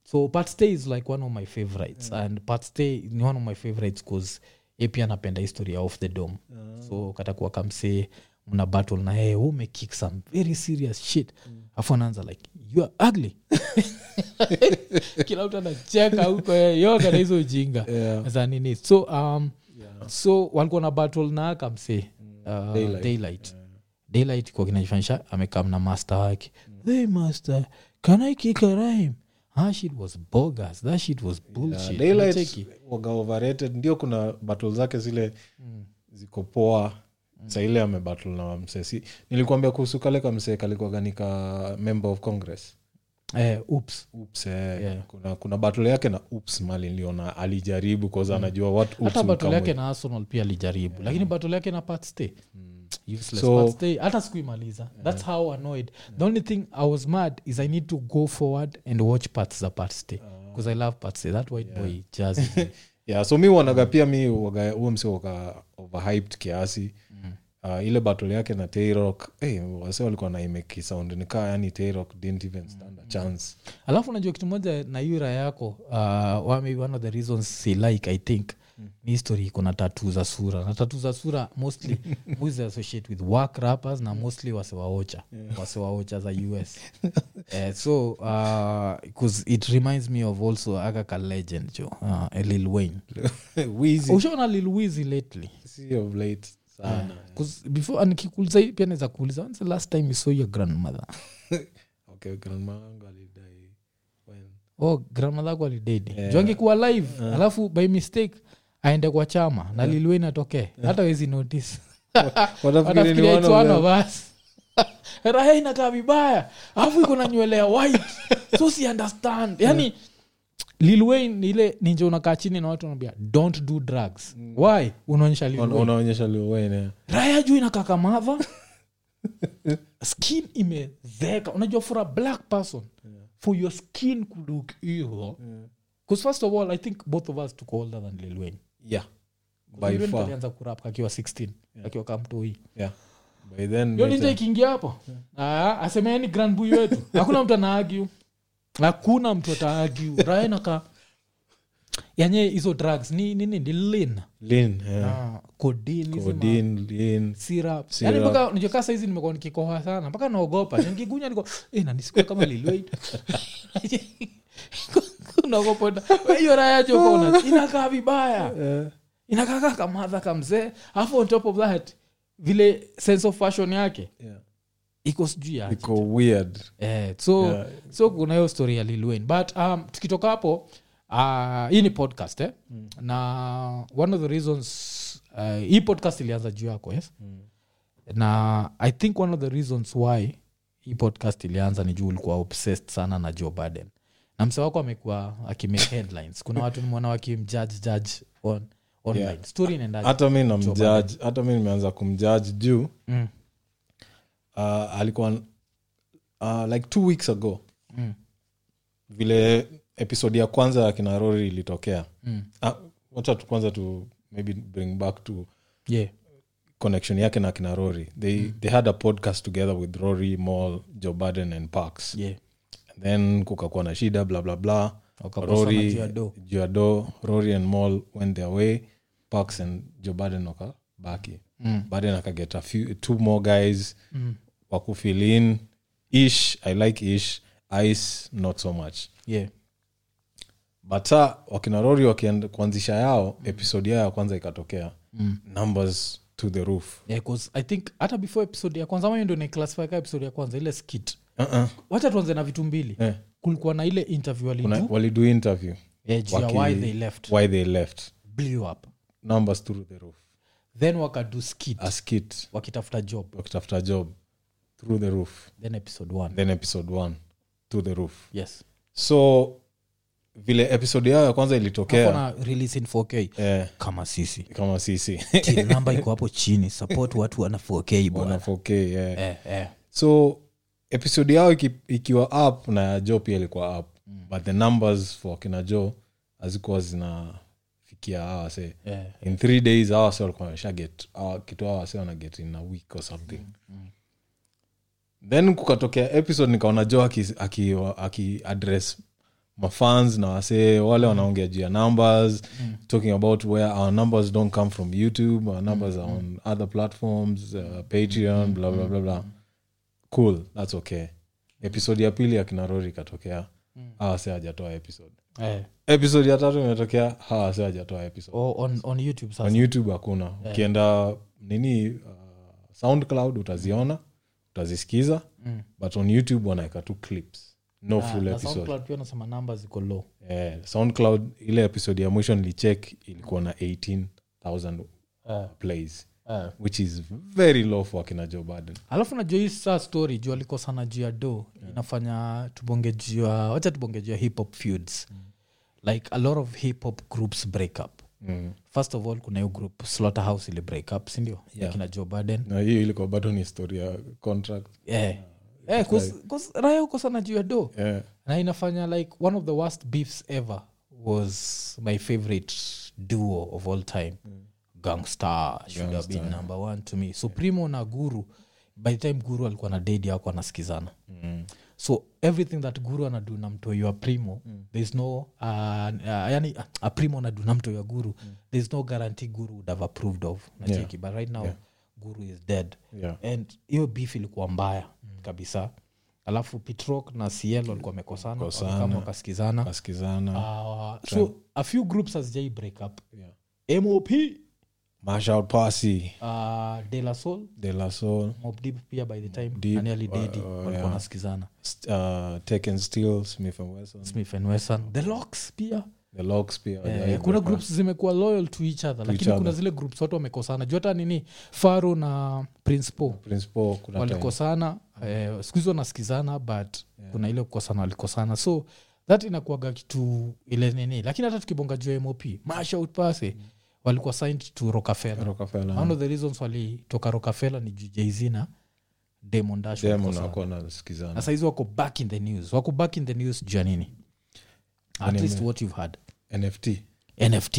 Speaker 1: so part stay is like one of my favorites mm. and part stay ni one of my favorites cause ye pia napenda history ya off the dome mm. so katakuwa kamsee mna battle na yeye hey, umekick some very serious shit afu anaanza like you are ugly *laughs* kila mtu anacheka huko eh, yoga na hizo ujinga
Speaker 2: Yeah.
Speaker 1: za nini so um, so walikuwa na battle na kamsee uh,
Speaker 2: Mm. Daylight.
Speaker 1: daylight, daylight daylight kwa kinajifanyisha amekam na master wake
Speaker 2: Mm.
Speaker 1: hey master can i kick a rhyme ah shit was bogus that shit was bullshit Unacheki?
Speaker 2: Daylight waga overrated ndio kuna battle zake zile
Speaker 1: Mm.
Speaker 2: ziko poa sa ile amebattle na msesi nilikuambia kuhusu kale kamsee kalikuaganika member of congress
Speaker 1: eh, oops
Speaker 2: Oops, eh,
Speaker 1: Yeah.
Speaker 2: kuna, kuna battle yake na ups mali niliona alijaribu kaza anajua what oops
Speaker 1: Mm. hata battle
Speaker 2: will come
Speaker 1: yake na arsenal pia alijaribu lakini battle yake na part stay useless
Speaker 2: Mm. So-
Speaker 1: part stay hata sikuimaliza that's how annoyed the only thing i was mad is i need to go forward and watch parts za part stay
Speaker 2: Oh.
Speaker 1: because i love part stay that white boy jazz
Speaker 2: *laughs* yeah so mi wanaga pia mi waga- huo msi waka overhyped kiasi mm. uh, ile battle yake na tayrock hey, wase walikuwa na imeki sound nikaa yani tayrock didn't even stand a chance *laughs*
Speaker 1: alafu unajua kitu moja na yura yako uh, wa- maybe one of the reasons si like i think ni history iko na tatu za sura na tatu za sura *laughs* mostly wizi associate with work rappers na mostly wasewaocha yeah. wasewaocha za us *laughs* eh, so uh, 'cause it reminds me of also agaka legend jo uh, eh, lil wayne
Speaker 2: wizi
Speaker 1: ushaona lil wizi lately
Speaker 2: si of late sana
Speaker 1: Because before and nikikuuliza hii pia naweza kuuliza when's the last time you saw your grandmother
Speaker 2: okay grandma yangu alidai when
Speaker 1: oh grandmother ako alidedi yeah. angekuwa live alafu by mistake aende kwa chama na lilwen atokee hata wezi notice
Speaker 2: watafikiri ni
Speaker 1: watafikiria
Speaker 2: one
Speaker 1: it's
Speaker 2: of
Speaker 1: one
Speaker 2: them.
Speaker 1: of us *laughs* raha inakaa vibaya alafu iko na nywele ya white so si understand yani Yaani, lil wayne ni ile ninje unakaa chini na watu wanaambia don't do drugs
Speaker 2: Mm.
Speaker 1: why unaonyesha lil
Speaker 2: Una-
Speaker 1: wayne
Speaker 2: unaonyesha liuwene
Speaker 1: raya juu inakaa kamadha skin imezeka unajua for a black person for your skin kulook hivo bcause first of all i think both of us tuko older than lil wayne
Speaker 2: yeah by
Speaker 1: Lil Wayne
Speaker 2: far
Speaker 1: alianza kurap akiwa 16 akiwa kamtoi
Speaker 2: yeah by then
Speaker 1: yo
Speaker 2: better.
Speaker 1: ninja ikiingia hapo ah, asemeeni grand boy wetu
Speaker 2: *laughs*
Speaker 1: hakuna mtu anaagiu hakuna mtu ataagiu raya inakaa yanye hizo drugs ni nini ni lin
Speaker 2: lean yeah.
Speaker 1: ah, codeine hizi ma-
Speaker 2: Codeine, lean
Speaker 1: syrups.
Speaker 2: Syrup.
Speaker 1: Yaani mpaka nijokaa saizi nimekuwa nikikohoa sana mpaka naogopa nikigunya niko eh, na nisikue kama liliwait *laughs* unaogopa na- hiyo raha ya joko una- inakaa vibaya inakaa kamadha kamzee alafu on top of that vile sense of fashion yake
Speaker 2: yeah.
Speaker 1: iko sijui ya
Speaker 2: iko weird
Speaker 1: eh, so,
Speaker 2: Yeah.
Speaker 1: so kuna hiyo story ya Lil Wayne but um, tukitoka hapo uh, hii ni podcast eh? mm. na one of the reasons uh, hii podcast ilianza juu yako yes mm. na i think one of the reasons why hii podcast ilianza ni juu ulikuwa obsessed sana na joe baden na mse wako amekuwa akimake headlines kuna watu nimeona wakimjudge judge on online
Speaker 2: Yeah. Ah.
Speaker 1: story inaendaje
Speaker 2: hata mi namjaji hata mi nimeanza kumjaji juu
Speaker 1: Mm.
Speaker 2: uh, alikuwa uh, like two weeks ago
Speaker 1: Mm.
Speaker 2: vile episodi ya kwanza ya kina Rory ilitokea
Speaker 1: Mm.
Speaker 2: Ah, wacha tu kwanza tu maybe bring back to
Speaker 1: yeah
Speaker 2: connection yake na kina Rory they,
Speaker 1: Mm.
Speaker 2: they had a podcast together with Rory Mall Joe Budden and Parks
Speaker 1: yeah
Speaker 2: and then kukakuwa na shida bla bla bla
Speaker 1: Wakapaswa na
Speaker 2: Rory
Speaker 1: juu ya do.
Speaker 2: juu ya do Rory and Mall went their way Parks and Joe Budden wakabaki
Speaker 1: Mm.
Speaker 2: Budden akaget a few two more guys wakufill in ish I like ish ice not so much
Speaker 1: yeah
Speaker 2: but sa wakina Rory wakianza kuanzisha yao episode yao ya kwanza ikatokea
Speaker 1: Mm.
Speaker 2: numbers to the roof
Speaker 1: yeah, 'cause i think hata before episode ya kwanza ama hiyo ndio naiclassify ka episode ya kwanza ile skit
Speaker 2: uh-uh.
Speaker 1: wacha tuanze na vitu mbili
Speaker 2: Eh.
Speaker 1: kulikuwa na ile interview
Speaker 2: Kuna-
Speaker 1: alidu
Speaker 2: walidu interview
Speaker 1: yeah, juu ya
Speaker 2: waki-
Speaker 1: why they left
Speaker 2: why they left
Speaker 1: blew up
Speaker 2: numbers through the roof
Speaker 1: then wakadu skit
Speaker 2: a skit
Speaker 1: wakitafuta job
Speaker 2: wakitafuta job through the roof
Speaker 1: then episode one
Speaker 2: then episode one through the roof
Speaker 1: yes
Speaker 2: so vile episode yao ya kwanza ilitokea
Speaker 1: Hakuna release in 4k
Speaker 2: eh,
Speaker 1: kama
Speaker 2: *laughs*
Speaker 1: sisi
Speaker 2: kama sisi
Speaker 1: Till namba iko hapo chini support watu wana 4k bwana
Speaker 2: wana 4k eh.
Speaker 1: eh, eh.
Speaker 2: so episode yao iki, ikiwa up na ya jo pia ilikuwa up mm. but the numbers for kina jo hazikuwa zinafikia awase
Speaker 1: Yeah.
Speaker 2: in three days awase walikuwa wamesha get hawa- kitu awase wanaget in a week or something then kukatokea episode nikaona jo aki, aki, aki address mafans na wasee wale wanaongea juu ya numbers mm. talking about where our numbers don't come from youtube our numbers mm. are on other platforms uh, patreon mm. bla bla bla bla cool thats okay episode ya pili akina rori ikatokea mm. awase hajatoa episode
Speaker 1: Eh.
Speaker 2: episode ya tatu imetokea hawase hajatoa episode
Speaker 1: O- on, on youtube sasa
Speaker 2: on youtube hakuna ukienda nini uh, soundcloud utaziona utazisikiza
Speaker 1: Mm.
Speaker 2: but on youtube wanaweka tu clips no
Speaker 1: Ah,
Speaker 2: full
Speaker 1: na
Speaker 2: episode
Speaker 1: SoundCloud pia nasema namba ziko low
Speaker 2: eh, soundcloud ile episode ya mwisho nilicheck ilikuwa na 18000
Speaker 1: Eh,
Speaker 2: plays
Speaker 1: eh.
Speaker 2: which is very low for akina joe Budden.
Speaker 1: alafu najua hii saa story juu alikosana juu ya do inafanya tubonge juu ya wacha tubonge juu ya hip hop feuds like a lot of hip hop groups break up
Speaker 2: Mm.
Speaker 1: first of all kuna hiyo group slaughterhouse ili break up sindio yeah. kina joe baden
Speaker 2: na hiyo ilikuwa bado ni story ya contract
Speaker 1: yeah. Eh, cause- cause raya huko sana juu ya do
Speaker 2: yeah.
Speaker 1: na inafanya like one of the worst beefs ever was my favorite duo of all time Mm. gangsta sugar bean number one to me supremo na guru by the time guru alikuwa na dedi ako anaskizana mm. so everything that guru anadu na mtoiwa primo mm. thereis no uh, uh, yani uh, a primo anadu na mtoiwa guru mm. thereis no guarantee guru would have approved of nacheki yeah. but right now yeah. guru is dead
Speaker 2: Yeah.
Speaker 1: and hiyo beef ilikuwa mbaya mm. kabisa alafu pitrok na ciel walikuwa wamekosana kama wakasikizana
Speaker 2: kaskizana
Speaker 1: Ah, so a few groups hazijai break up
Speaker 2: Yeah.
Speaker 1: mop
Speaker 2: marshal pasi
Speaker 1: uh, de la sol
Speaker 2: de la soul
Speaker 1: Mobb Deep uh, pia by the time nani alidedi walikuwa wanasikizana
Speaker 2: st- uh, taken steel smith and wesson
Speaker 1: smith and wesson the locks pia
Speaker 2: the locks pia
Speaker 1: Eh,
Speaker 2: yeah,
Speaker 1: kuna groups zimekuwa loyal to each other lakini kuna zile groups watu wamekosana juu hata nini faro na prince po
Speaker 2: principal kuna time
Speaker 1: walikosana eh, siku hizi wanasikizana but kuna ile kukosana walikosana so that inakuaga kitu ile nini lakini hata tukibonga juu ya mop mashout pase walikuwa signed to rockefeller
Speaker 2: Rockefeller.
Speaker 1: one of the reasons walitoka rockefeller ni juu jz na Damon Dash
Speaker 2: Dem
Speaker 1: walikuwa sawa.
Speaker 2: unakuwa nasikizana
Speaker 1: na saizi wako back in the news wako back in the news juu ya nini at least what you've had
Speaker 2: nft
Speaker 1: nft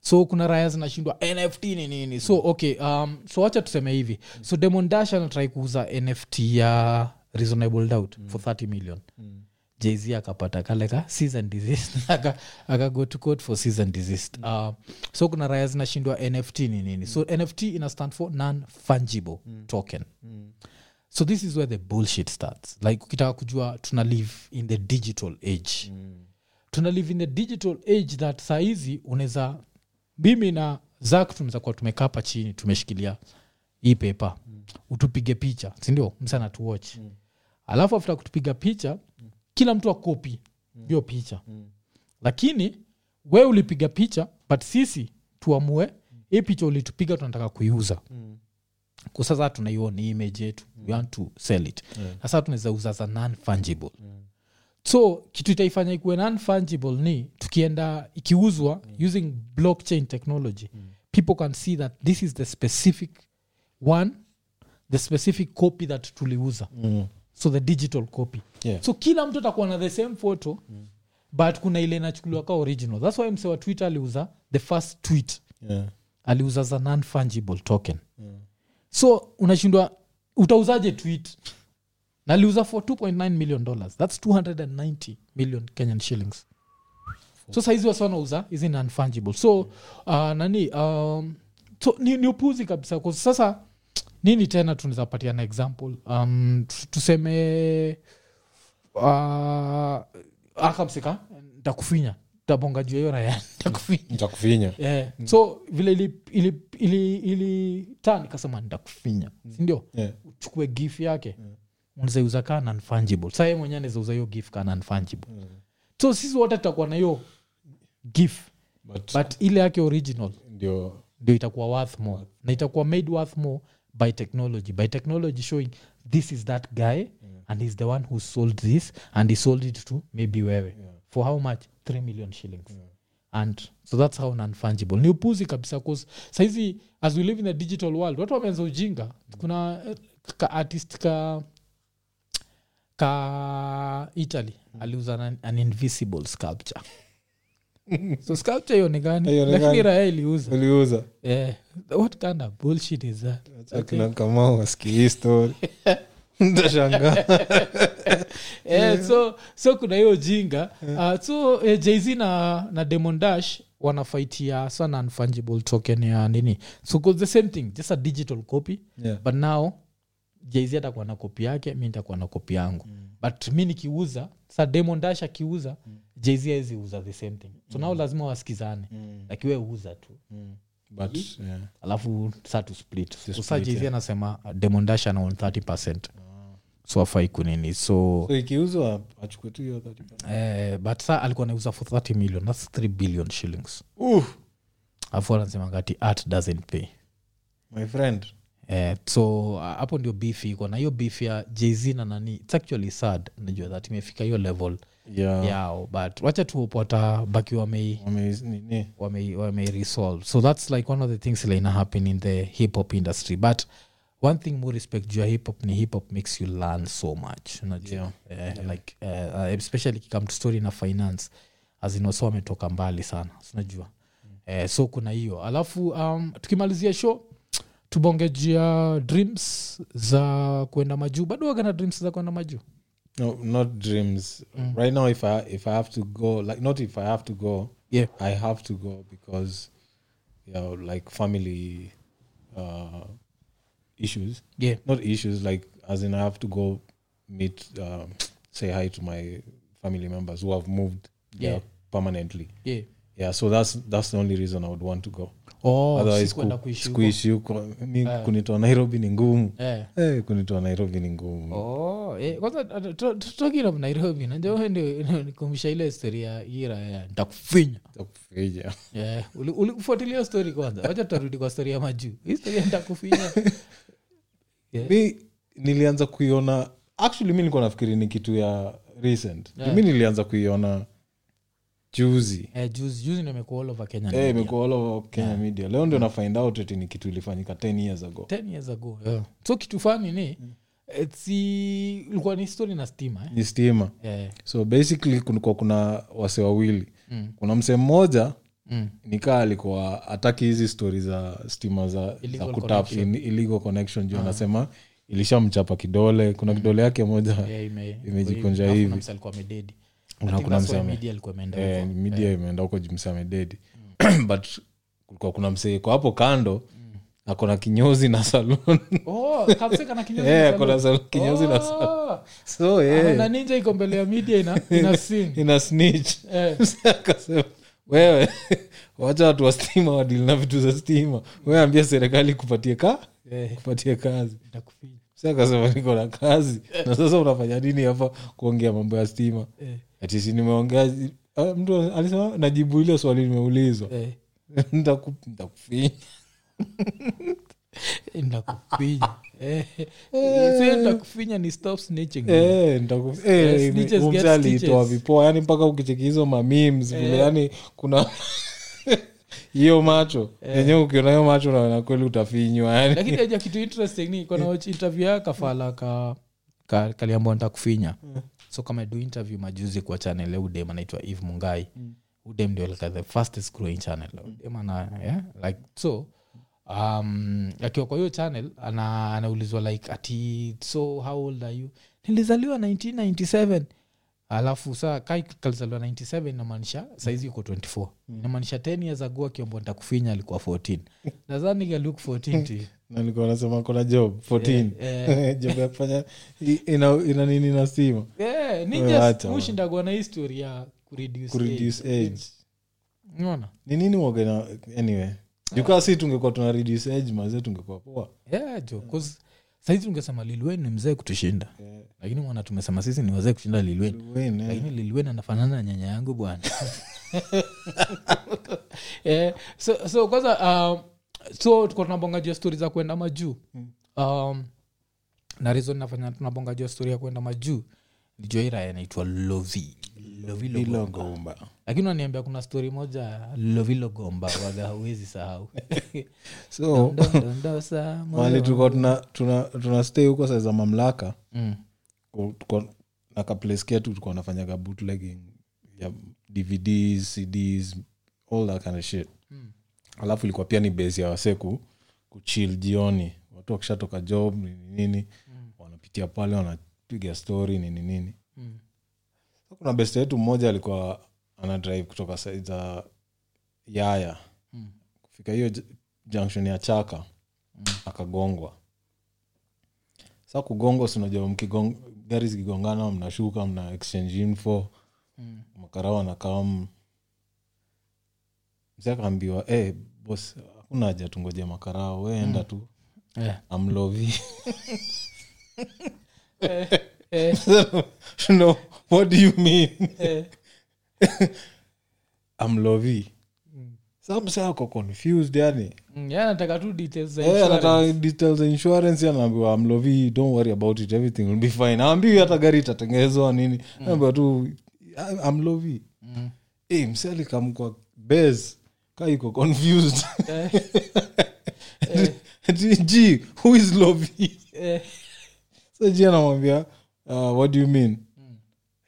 Speaker 1: so kuna raya zinashindwa nft ni nini so okay um, so wacha tuseme hivi so demon dash anatrai kuuza nft ya reasonable doubt for 30 million mm jz akapata kale ka season disease *laughs* aka, aka go to court for season disease uh, so kuna raya zinashindwa nft ni nini so nft ina stand for non fungible token so this is where the bullshit starts like ukitaka kujua tuna live in the digital age mm. tuna live in the digital age that sahizi unaweza mimi na zak tunaweza kuwa tumekapa chini tumeshikilia hii pepa mm. utupige picha sindio msana tuwatch mm. alafu afta kutupiga picha mm. kila mtu akopi hiyo mm. picha mm. lakini we ulipiga picha but sisi tuamue hii picha ulitupiga tunataka kuiuza mm sasa tunaiona hii image yetu we want to sell it na sasa tunaweza uza za non fungible so kitu itaifanya ikuwe non fungible ni tukienda ikiuzwa using blockchain technology people can see that this is the specific one the specific copy that tuliuza so the digital copy
Speaker 2: Yeah.
Speaker 1: so kila mtu atakuwa na the same photo but kuna ile inachukuliwa ka original thats why mse wa twitter aliuza the first tweet
Speaker 2: Yeah.
Speaker 1: aliuza za non fungible token so unashindwa utauzaje tweet na aliuza for 2.9 million dollars thats 290 million kenyan shillings so saizi wasi wanauza hizi non fungible so uh, nani um, so, ni, ni upuzi kabisa 'Cause sasa nini tena tunaweza patia na example um, t- tuseme uh, akamsika ntakufinya tabonga juu ya *laughs* hiyo raya ntakufinya
Speaker 2: nitakufinya
Speaker 1: yeah. so vile ili, ili, ili, ili taa nikasema nitakufinya sindio
Speaker 2: Yeah.
Speaker 1: uchukue gif yake yeah. unazaiuza kaa nanfungible saa ye mwenyewe anazauza hiyo gif kaa nanfungible yeah. so sisi wote tutakuwa na hiyo gif
Speaker 2: but
Speaker 1: but ile yake original
Speaker 2: ndio
Speaker 1: ndio itakuwa worth more na itakuwa made worth more by technology by technology showing this is that guy yeah. and he's the one who sold this and he sold it to maybe wewe yeah. for how much 3 million shillings yeah. and so that's how nanfungible ni upuzi kabisa bcause saizi as we live in a digital world watu wameanza ujinga kuna eh, ka artist ka ka italy aliuza an, an invisible *laughs* sculpture so sculpture ionekani
Speaker 2: Haionekani.
Speaker 1: lakini raya iliuza
Speaker 2: uliuza
Speaker 1: yeah. Eh, what kind of bullshit is that
Speaker 2: akina kamao wasikii hii *laughs* story ntashangaa
Speaker 1: yeah, Eh, so so kuna hiyo jinga uh, so eh, jz na, na demon dash wanafaitia sana unfungible token ya nini so 'cause the same thing just a digital copy
Speaker 2: Yeah.
Speaker 1: but now jz atakuwa na kopi yake mi nitakuwa na kopi yangu mm. but mi nikiuza sa demon dash akiuza mm. jz aeziuza the same thing so mm. nao lazima wasikizane mm. lakiwe uza tu
Speaker 2: but yeah.
Speaker 1: alafu sa tu split sa jz anasema uh, demon dash ana own 30 percent Ah. so afai kunini so
Speaker 2: so ikiuzwa achukue tu hiyo 30%.
Speaker 1: eh, but sa alikuwa anauza for 30 million thats 3 billion shillings
Speaker 2: Oof,
Speaker 1: afu anasemangati art doesn't pay
Speaker 2: my friend
Speaker 1: Eh, so uh, hapo ndio beef iko na hiyo beef ya jz na nani its actually sad najua that imefika hiyo level
Speaker 2: yeah.
Speaker 1: yao but wacha tu upata baki wamei
Speaker 2: Wame- nini?
Speaker 1: wame, wame resolve so that's like one of the things like happen in the hip hop industry but one thing more respect juu ya hip hop ni hip hop makes you learn so much unajua
Speaker 2: Yeah.
Speaker 1: Eh, like eh, uh, especially kikam to story na finance azinoso wametoka mbali sana sinajua
Speaker 2: Mm.
Speaker 1: eh, so kuna hiyo alafu um, tukimalizia show tubonge juu ya dreams za kuenda majuu bado waga na dreams za kuenda majuu
Speaker 2: no, not dreams right now if I, if i have to go like not if i have to go
Speaker 1: yeah.
Speaker 2: i have to go because you know, like family uh, issues
Speaker 1: yeah.
Speaker 2: not issues like as in i have to go meet um, say hi to my family members who have moved there
Speaker 1: Yeah.
Speaker 2: permanently
Speaker 1: yeah.
Speaker 2: yeah so that's that's the only reason i would want to go
Speaker 1: oh,
Speaker 2: otherwise
Speaker 1: si kwenda
Speaker 2: ku,
Speaker 1: kuishi huko.
Speaker 2: kuishi huko ni kunitoa nairobi ni ngumu
Speaker 1: eh.
Speaker 2: hey, kunitoa nairobi ni ngumu
Speaker 1: Oh, eh, kwanza talking of nairobi najua ndio nikumbusha ile historia ira ya ntakufinya
Speaker 2: Itakufinya.
Speaker 1: Eh, uli- ulikufuatilia hiyo story kwanza wacha tutarudi kwa story ya majuu hii story ya
Speaker 2: *laughs*
Speaker 1: ntakufinya
Speaker 2: mi nilianza kuiona actually mi nilikuwa nafikiri ni kitu ya recent
Speaker 1: Yeah.
Speaker 2: yeah. mi nilianza kuiona juzi
Speaker 1: eh, juzi juzi ndio imekuwa all over kenya
Speaker 2: Eh,
Speaker 1: Ndio.
Speaker 2: imekuwa all over kenya media leo ndio na find out eti ni kitu ilifanyika 10 years ago
Speaker 1: 10 years ago yeah. so kitu fani ni
Speaker 2: Mm.
Speaker 1: eh, si ilikuwa ni story na stima eh?
Speaker 2: ni stima
Speaker 1: Eh,
Speaker 2: so basically kulikuwa kuna wase wawili
Speaker 1: mm,
Speaker 2: kuna msee mmoja
Speaker 1: mm,
Speaker 2: nikaa alikuwa ataki hizi stori za stima za, za
Speaker 1: Illegal
Speaker 2: kutap
Speaker 1: connection. Ah.
Speaker 2: in, illegal connection juu anasema ilishamchapa kidole
Speaker 1: Mm.
Speaker 2: kuna kidole yake moja
Speaker 1: eh, ime-
Speaker 2: imejikunja
Speaker 1: alafu
Speaker 2: hivi.
Speaker 1: kuna msee alikuwa amededi. I
Speaker 2: Kuna-
Speaker 1: think
Speaker 2: kuna
Speaker 1: that's why
Speaker 2: msee ame-
Speaker 1: media ilikuwa imeenda
Speaker 2: eh,
Speaker 1: huko.
Speaker 2: media imeenda huko juu msee amededi *clears throat* but kulikuwa kuna msee kwa hapo kando akona Mm. *laughs* kinyozi na salon
Speaker 1: Oh, kamsee
Speaker 2: *laughs*
Speaker 1: kana kinyozi na
Speaker 2: Eh,
Speaker 1: salon.
Speaker 2: kuna salon- kinyozi na
Speaker 1: Oh,
Speaker 2: salon. so
Speaker 1: ah,
Speaker 2: eh, *laughs*
Speaker 1: na ninja iko mbele ya media ina, ina sing
Speaker 2: ina snitch *laughs*
Speaker 1: Eh.
Speaker 2: Msee akasema wewe *laughs* wacha watu wa stima wadili na vitu za stima wewe ambia serikali kupatie ka kupatie kazi
Speaker 1: Nitakufinya.
Speaker 2: Sasa akasema niko na kazi na sasa unafanya nini hapa kuongea mambo ya stima
Speaker 1: Eh,
Speaker 2: ati si nimeongea zi- Ah, mtu alisema najibu ile swali nimeulizwa
Speaker 1: eh, *laughs*
Speaker 2: Nitaku- nitakufinya
Speaker 1: nitakufinya. Eh, sio nitakufinya ni stop snitching.
Speaker 2: Eh, nitaku- eh,
Speaker 1: Hmm. Yes,
Speaker 2: ime-
Speaker 1: snitches
Speaker 2: huyu
Speaker 1: get Eh.
Speaker 2: mzee alitoa
Speaker 1: stitches.
Speaker 2: vipoa yani mpaka ukicheki hizo mamims vile yani kuna hiyo macho yenyewe ukiona hiyo macho unaona kweli utafinywa yani
Speaker 1: Eh. *laughs* lakini aja kitu interesting ni kona watch interview ya kafala ka, ka, kaliambwa nitakufinya so kama do interview majuzi kwa channel ya udem anaitwa eve mungai udem ndio like the fastest growing channel udem ana yeah? like so um, akiwa kwa hiyo channel ana, anaulizwa like ati so how old are you nilizaliwa 1997 alafu saa kai kalizaliwa 97 inamaanisha saizi yuko 24 inamaanisha 10 years ago akiomba nitakufinya alikuwa 14 nadhani aluk 14 tu
Speaker 2: Na nilikuwa nasema kona job 14
Speaker 1: Eh,
Speaker 2: *laughs* job ya kufanya i- ina, ina nini na stima
Speaker 1: Eh,
Speaker 2: Wewe
Speaker 1: ninjas
Speaker 2: acha, man.
Speaker 1: mushindagwa na histori ya kureduce
Speaker 2: kureduce
Speaker 1: age.
Speaker 2: age
Speaker 1: Unaona?
Speaker 2: ni nini waga na anyway jukaa si tungekuwa tuna reduce age mazee tungekuwa poa
Speaker 1: Yeah, jo, 'cause saizi tungesema lilwen ni mzee kutushinda lakini mwana tumesema sisi ni wazee kushinda lilwen
Speaker 2: Eh, Win, eh.
Speaker 1: lakini lilwen anafanana na nyanya yangu bwana *laughs* eh, so, so kwanza um, so tuko tunabonga juu ya stori za kuenda majuu
Speaker 2: Hmm.
Speaker 1: um, na reason nafanya tunabonga juu ya stori ya kuenda majuu ni juu ya hii raya inaitwa lovi lovi Logomba.
Speaker 2: Logomba.
Speaker 1: lakini unaniambia kuna stori moja lovilogomba waga huwezi
Speaker 2: *laughs*
Speaker 1: sahau
Speaker 2: so
Speaker 1: Dondosa, moyo
Speaker 2: Oh. mali
Speaker 1: wangu.
Speaker 2: tulikuwa tuna, tuna, tuna stay huko saa za mamlaka
Speaker 1: Mm,
Speaker 2: Ku- tulikuwa- na kaplace ketu tulikuwa nafanyaga bootlegging ya dvds cds all that kind of shit
Speaker 1: Mm.
Speaker 2: alafu ilikuwa pia ni base ya wasee ku kuchil jioni watu wakishatoka job nini nini wanapitia pale wanapiga story nini nini
Speaker 1: mm,
Speaker 2: So kuna best yetu mmoja alikuwa ana drive kutoka side za yaya
Speaker 1: mm,
Speaker 2: kufika hiyo j- junction ya chaka akagongwa sa kugongwa sinajua mkigong- gari zikigongana mnashuka mna exchange info
Speaker 1: mm.
Speaker 2: makarao anakam mzee akaambiwa hey, bos hakuna haja tungoje makarao weenda tu
Speaker 1: Eh,
Speaker 2: amlovi
Speaker 1: *laughs*
Speaker 2: *laughs*
Speaker 1: eh,
Speaker 2: no, what do you mean *laughs*
Speaker 1: eh,
Speaker 2: amlovi sa msee ako confused yani
Speaker 1: mm, yeah, nataka tu details za
Speaker 2: Eh,
Speaker 1: insurance.
Speaker 2: anataka details za insurance anaambiwa mlovi don't worry about it everything will be fine aambiwi hata gari itatengenezwa nini naambiwa tu amlovi
Speaker 1: Mm.
Speaker 2: hey, msali kamkwa bes ka iko confused *laughs*
Speaker 1: Eh,
Speaker 2: g Eh. who is lovi
Speaker 1: eh,
Speaker 2: *laughs* so g anamwambia uh, what do you mean
Speaker 1: Hmm.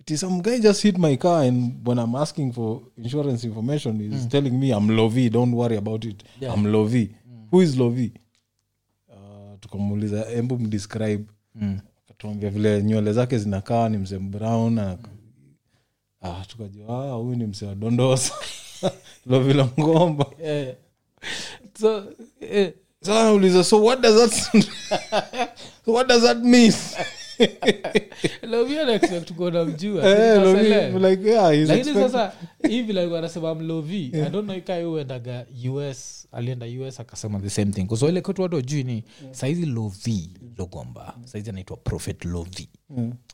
Speaker 2: It is some guy just hit my car and when i'm asking for insurance information he's telling me i'm lovi don't worry about it
Speaker 1: Hmm. Yeah. Hmm.
Speaker 2: i'm lovi who is lovi uh, tukamuuliza embu mdescribe
Speaker 1: mm,
Speaker 2: akatuambia vile nywele zake zinakaa ni mzee brown na- ah, tukajua ah, huyu ni mzee wa dondosa *laughs* lovila ngomba
Speaker 1: eh. so eh,
Speaker 2: sasa nauliza so what does
Speaker 3: *laughs*
Speaker 2: that so what does that
Speaker 1: *laughs*
Speaker 2: mean
Speaker 1: Lovie ana expect kuona mjua.
Speaker 2: Eh,
Speaker 1: Sasa
Speaker 2: Lovi,
Speaker 1: leo.
Speaker 2: like, yeah, he's
Speaker 1: lakini
Speaker 2: expecting-
Speaker 1: sasa hivi like wanasema mlovi i don't know kaa uendaga us alienda us akasema the same thing kwasaile kwetu watu wajui ni saizi lovi logomba saizi anaitwa prophet lovi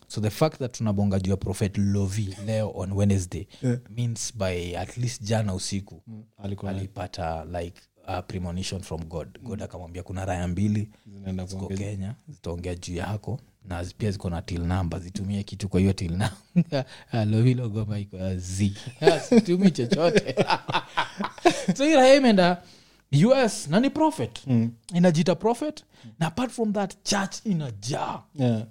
Speaker 1: so the fact that tunabonga juu ya prophet lovi leo on wednesday means by at least jana usiku
Speaker 2: Mm. alikuwa
Speaker 1: alipata like a premonition from god god akamwambia kuna raya mbili
Speaker 2: zinaenda
Speaker 1: ziko kenya zitaongea juu yako na zi- pia ziko na til namba zitumie kitu kwa hiyo til namba *laughs* alo hilo goma iko ya *laughs* zi situmi chochote *laughs* so hii raia imeenda us na ni prophet mm. inajita prophet na apart from that church inajaa
Speaker 3: yeah.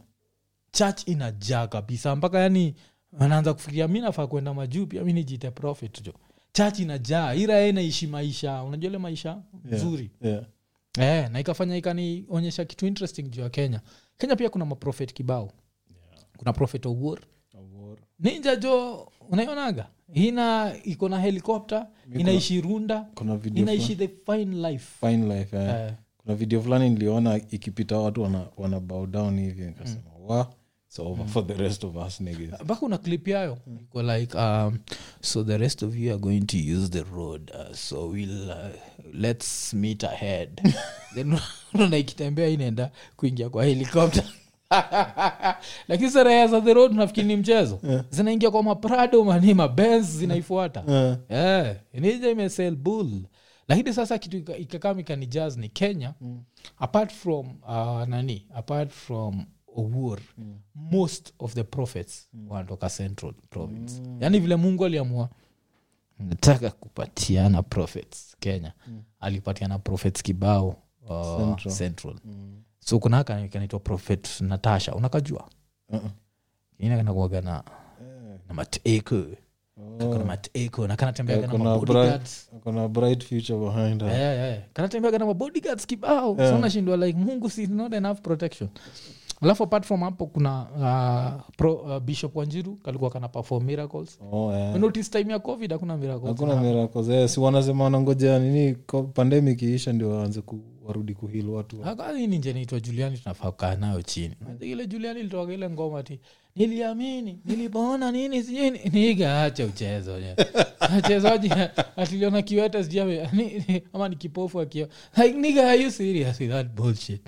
Speaker 1: church inajaa kabisa mpaka yani anaanza kufikiria mi nafaa kwenda majuu pia mi nijite prophet jo church inajaa ira ye naishi maisha unajua ile maisha nzuri
Speaker 3: Yeah.
Speaker 1: yeah. Eh, na ikafanya ikanionyesha kitu interesting juu ya kenya kenya pia kuna maprofet kibao yeah. kuna prophet owuor ninja jo unaionaga ina iko na helikopta inaishi runda
Speaker 3: kuna video
Speaker 1: inaishi the fine life
Speaker 3: fine life eh.
Speaker 1: Eh.
Speaker 3: kuna video fulani niliona ikipita watu wana, wana bow down hivi nikasema
Speaker 1: Mm.
Speaker 3: wa it's over for the rest of us niggas
Speaker 1: mpaka Ah, una clip yayo iko like um, so the rest of you are going to use the road uh, so we'll, uh, let's meet ahead then unaona ikitembea inaenda kuingia kwa helikopter *laughs* lakini saraya za the road nafikiri ni mchezo zinaingia kwa maprado mani mabens zinaifuata yeah. nija imesel bull lakini sasa kitu ika- ikakam ikanijaz ni kenya
Speaker 3: Mm.
Speaker 1: apart from uh, nani apart from owur
Speaker 3: Mm.
Speaker 1: most of the prophets wanatoka central province
Speaker 3: Mm.
Speaker 1: yaani vile mungu aliamua nataka kupatiana prophets kenya
Speaker 3: Mm.
Speaker 1: alipatiana prophets kibao uh, central,
Speaker 3: Mm.
Speaker 1: so kuna haka kanaitwa prophet natasha unakajua
Speaker 3: Uh-uh. Eh.
Speaker 1: inakanakuaga na na mateeko Kako na mateeko na kanatembeaga na
Speaker 3: Oh. Eh, kuna
Speaker 1: mabodyguards
Speaker 3: bright, kuna bright future behind her
Speaker 1: yeah, yeah. kanatembeaga eh, na mabodyguards kibao yeah. sonashindwa like mungu si not enough protection alafu apart from hapo kuna uh, pro, uh, bishop wanjiru kalikuwa kana perform miracles
Speaker 3: oh, eh.
Speaker 1: notice time ya covid hakuna miracles
Speaker 3: hakuna mirakoze Eh, si wanasema wanangojea nini ko- pandemic iisha ndio waanze ku, warudi kuhil watu
Speaker 1: ninjenaitwa juliani tunafaa kukaa nayo chini ile juliani ilitoaga ile ngoma ti niliamini nilipoona nini sijui ni- niga acha uchezo wenyewe. *laughs* wachezaji atiliona kiwete sijui ame- *laughs* ni- ni- ama ni kipofu akio like niga are you serious with that bullshit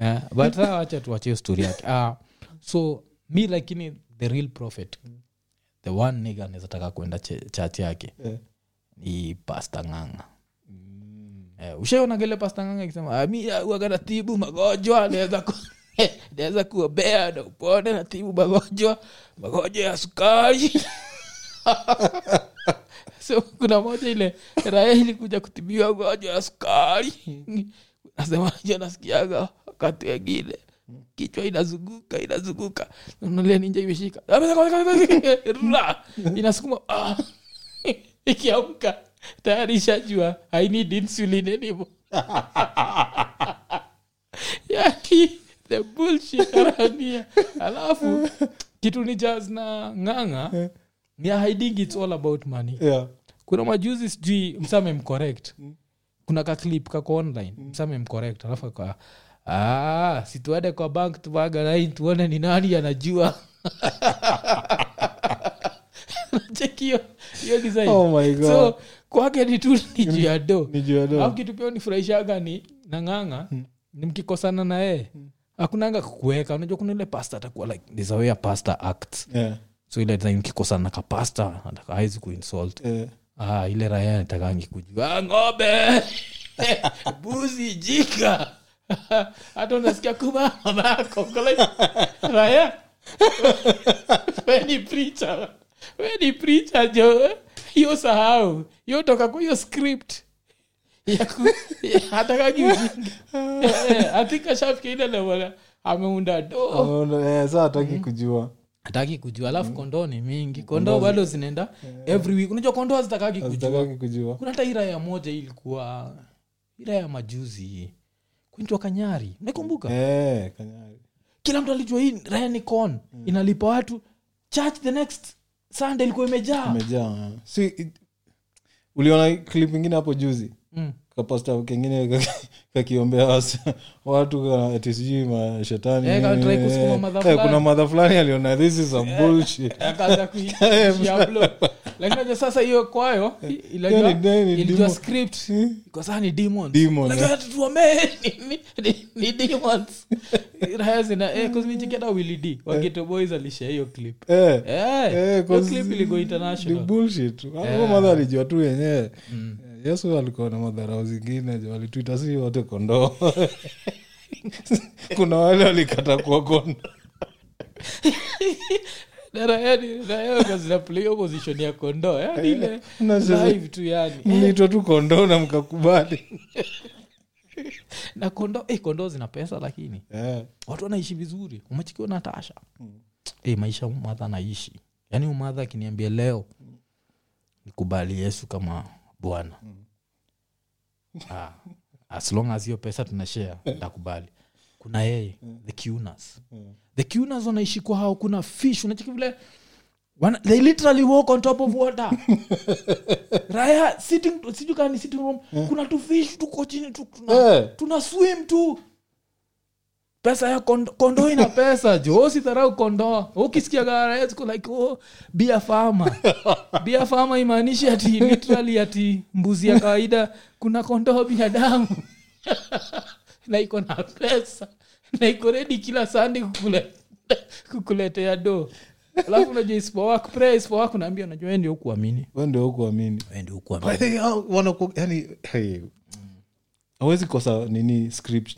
Speaker 1: yeah, but saa wacha tuachie story yake Ah, so mi lakini the real prophet the one niga anawezataka kuenda che- church yake
Speaker 3: Eh.
Speaker 1: ni pasta nganga Eh, ushaonagele pastanganga akisema "Ah, mi uaga natibu magonjwa naweza ku- *laughs* naweza kuobea na upone natibu magonjwa magonjwa ya sukari *laughs* so kuna moja ile raha ilikuja kutibiwa ugonjwa ya sukari nasemaje nasikiaga wakati wengine kichwa inazunguka inazunguka nalia ninja imeshika Ra! inasukuma Ah! *laughs* ikiamka tayari ishajua i need insulin anymore *laughs* Yaani, the bullshit around here. alafu kitu ni jazz na nganga ni I think its all about money
Speaker 3: yeah.
Speaker 1: kuna majuzi sijui msame mcorrect kuna kaklip kako online msame mcorrect alafu ka ah, situende kwa bank tuagalain tuone ni nani anajua *laughs* Cheki hiyo- hiyo design.
Speaker 3: Oh my God.
Speaker 1: so kwake ni tu ni juu ya do
Speaker 3: Ni Hmm. juu ya do.
Speaker 1: Alafu kitu pia unifurahishaga ni nanganga ni mkikosana na yeye
Speaker 3: Hmm.
Speaker 1: hakunanga kukuweka unajua kuna ile pasta atakuwa like there's a way a pasta acts
Speaker 3: Yeah.
Speaker 1: so ile time mkikosana na kapasta ataka- hawezi kuinsult
Speaker 3: Yeah.
Speaker 1: ah, ile raya nitakangi kujua Ah, ng'ombe *laughs* buzi jika *laughs* hata unasikia kuba mamako Uko like, *laughs* raya weni pricha weni pricha jo hiyo sahau hiyo toka kwa hiyo script *laughs* hatakangi ujinga *laughs* Eh, atika shafika ile levola ameunda doo
Speaker 3: Ameona, eh, saa
Speaker 1: Mm-hmm.
Speaker 3: hataki kujua
Speaker 1: hataki kujua alafu kondoo ni mingi Mm. kondoo bado zinaenda every week unajua kondoo hazitakagi kujua
Speaker 3: hazitakaki kujua
Speaker 1: kuna hata iraya moja ilikuwa iraya majuzi hii kuitwa kanyari naikumbuka
Speaker 3: Eh, kanyari
Speaker 1: kila mtu alijua hii raya ni con
Speaker 3: Mm.
Speaker 1: inalipa watu church the next sunday ilikuwa imejaa
Speaker 3: imejaa eh. si it- uliona clip ingine hapo juzi
Speaker 1: Mm.
Speaker 3: kapasta kengine ka- kakiombea wasa- watu ka- ati sijui mashetani nini,
Speaker 1: Eh, katry kusukuma Eh.
Speaker 3: eh.
Speaker 1: madha
Speaker 3: Eh,
Speaker 1: fulani.
Speaker 3: kuna madha fulani aliona this is a bullshit
Speaker 1: *laughs* Akaanza
Speaker 3: *laughs*
Speaker 1: kui-
Speaker 3: Eh,
Speaker 1: kuiupload. lakini unajua sasa hiyo kwayo i- ilijua-
Speaker 3: Yaani, dai ni
Speaker 1: ilijua
Speaker 3: demon.
Speaker 1: script
Speaker 3: Hmm.
Speaker 1: kwa saa ni demons.
Speaker 3: Demon,
Speaker 1: Lakini
Speaker 3: eh.
Speaker 1: hata tuombe, *laughs* ni- ni- ni
Speaker 3: *laughs*
Speaker 1: demons. Raya zina- eh, 'cause nicheki hata Willy D, wa Ghetto Boys alishare hiyo clip
Speaker 3: Eh.
Speaker 1: Eh,
Speaker 3: Eh,
Speaker 1: hiyo
Speaker 3: 'cause
Speaker 1: clip iligo
Speaker 3: ni
Speaker 1: international Mm.
Speaker 3: bullshit Huyo madha alijua tu yenyewe Eh, yesu alikuwa na madharau zingine jo,
Speaker 1: *laughs*
Speaker 3: alitwita si wote kondoo kuna wale walikata kuwa kondoo
Speaker 1: nayaazinaplay opposition ya
Speaker 3: *laughs*
Speaker 1: kondoo yani ile
Speaker 3: Na sasa-
Speaker 1: live tu yani
Speaker 3: mliitwa tu kondoo na mkakubali
Speaker 1: na kondoo eh, kondoo zina pesa lakini
Speaker 3: Eh,
Speaker 1: watu wanaishi vizuri umechikiwa natasha eh, maisha umadha anaishi yaani umadha akiniambia leo nikubali yesu kama bwana *laughs* ah, as long as hiyo pesa tunashare ntakubali kuna yeye the cunas the cunas wanaishi kwa hao kuna fish unachiki vile wana, they literally walk on top of water raya sitting sijui kama ni sitting room kuna tu fish tuko chini tu, tuna,
Speaker 3: Eh.
Speaker 1: tuna swim tu pesa ya kondo, kondo *laughs* ina pesa jo usidharau kondo ukisikia garaesko like oh, bia fama bia fama imaanishi ati literally ati mbuzi ya kawaida kuna kondoo binadamu *laughs* na iko na pesa na iko redi kila sandi kukule, kukuletea do alafu unajua isipowak prea isipowak unaambia unajua wewe ndio ukuamini
Speaker 3: we ndio hukuamini
Speaker 1: Wewe ndio hukuamini.
Speaker 3: But they are- wanaku- yani, hey, hawezi kosa nini script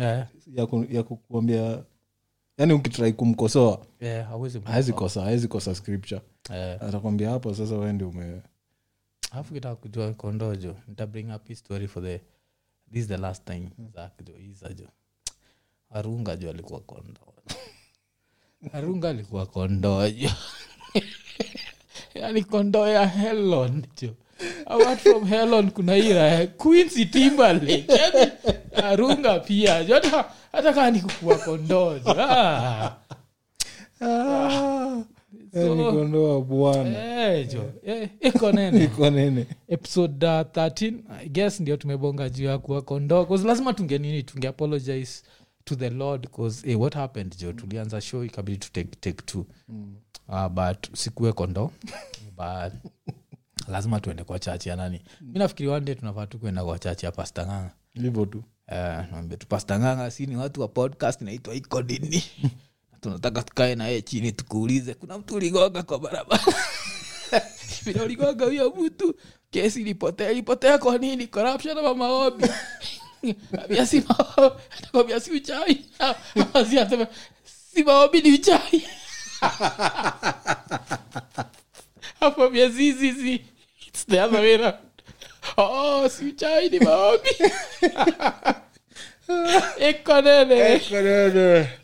Speaker 1: Eh,
Speaker 3: ya ku- ya kukuambia yani ukitrai kumkosoa
Speaker 1: eh, hawezi mkosa.
Speaker 3: hawezi kosa hawezi kosa scripture
Speaker 1: Eh,
Speaker 3: atakwambia hapo sasa wendi ume
Speaker 1: alafu kitaka kujua kondoo jo nita bring up hii story for the this is the last time Zach jo isa jo arunga jo alikuwa kondoo *laughs* arunga alikuwa kondoo jo *laughs* yani kondoo ya helon jo awat from helon kuna ira quincy timberlake yani Yaani, arunga pia jo hata, hata kaa nikukua kondoo jo ah.
Speaker 3: Eh, ni kondoa bwana
Speaker 1: Eh, jo Eh, iko nene
Speaker 3: iko nene
Speaker 1: episode uh, 13 i guess ndio tumebonga juu ya kuwa kondoo 'Cause lazima tunge nini tunge apologize to the lord bcause eh, what happened jo tulianza show ikabidi tu take, take two uh, but sikuwe kondoo *laughs* but lazima tuende kwa chachi ya nani mi nafikiri one day tunafaa tu kuenda kwa chachi ya pastanganga
Speaker 3: hivyo tu
Speaker 1: naambia tupastanganga si ni watu wa podcast inaitwa iko nini *laughs* tunataka tukae naye chini tukuulize kuna mtu uligonga kwa barabara *laughs* vile uligonga huyo mtu kesi ilipotea ilipotea kwa nini corruption ama maombi *laughs* ambia si maombi atakwambia si uchawi Ama si asema, si maombi ni uchawi *laughs* hapo vya zizizi it's the other way around oh si uchawi ni maombi *laughs*
Speaker 2: Eh,
Speaker 3: Eh,
Speaker 1: ikonene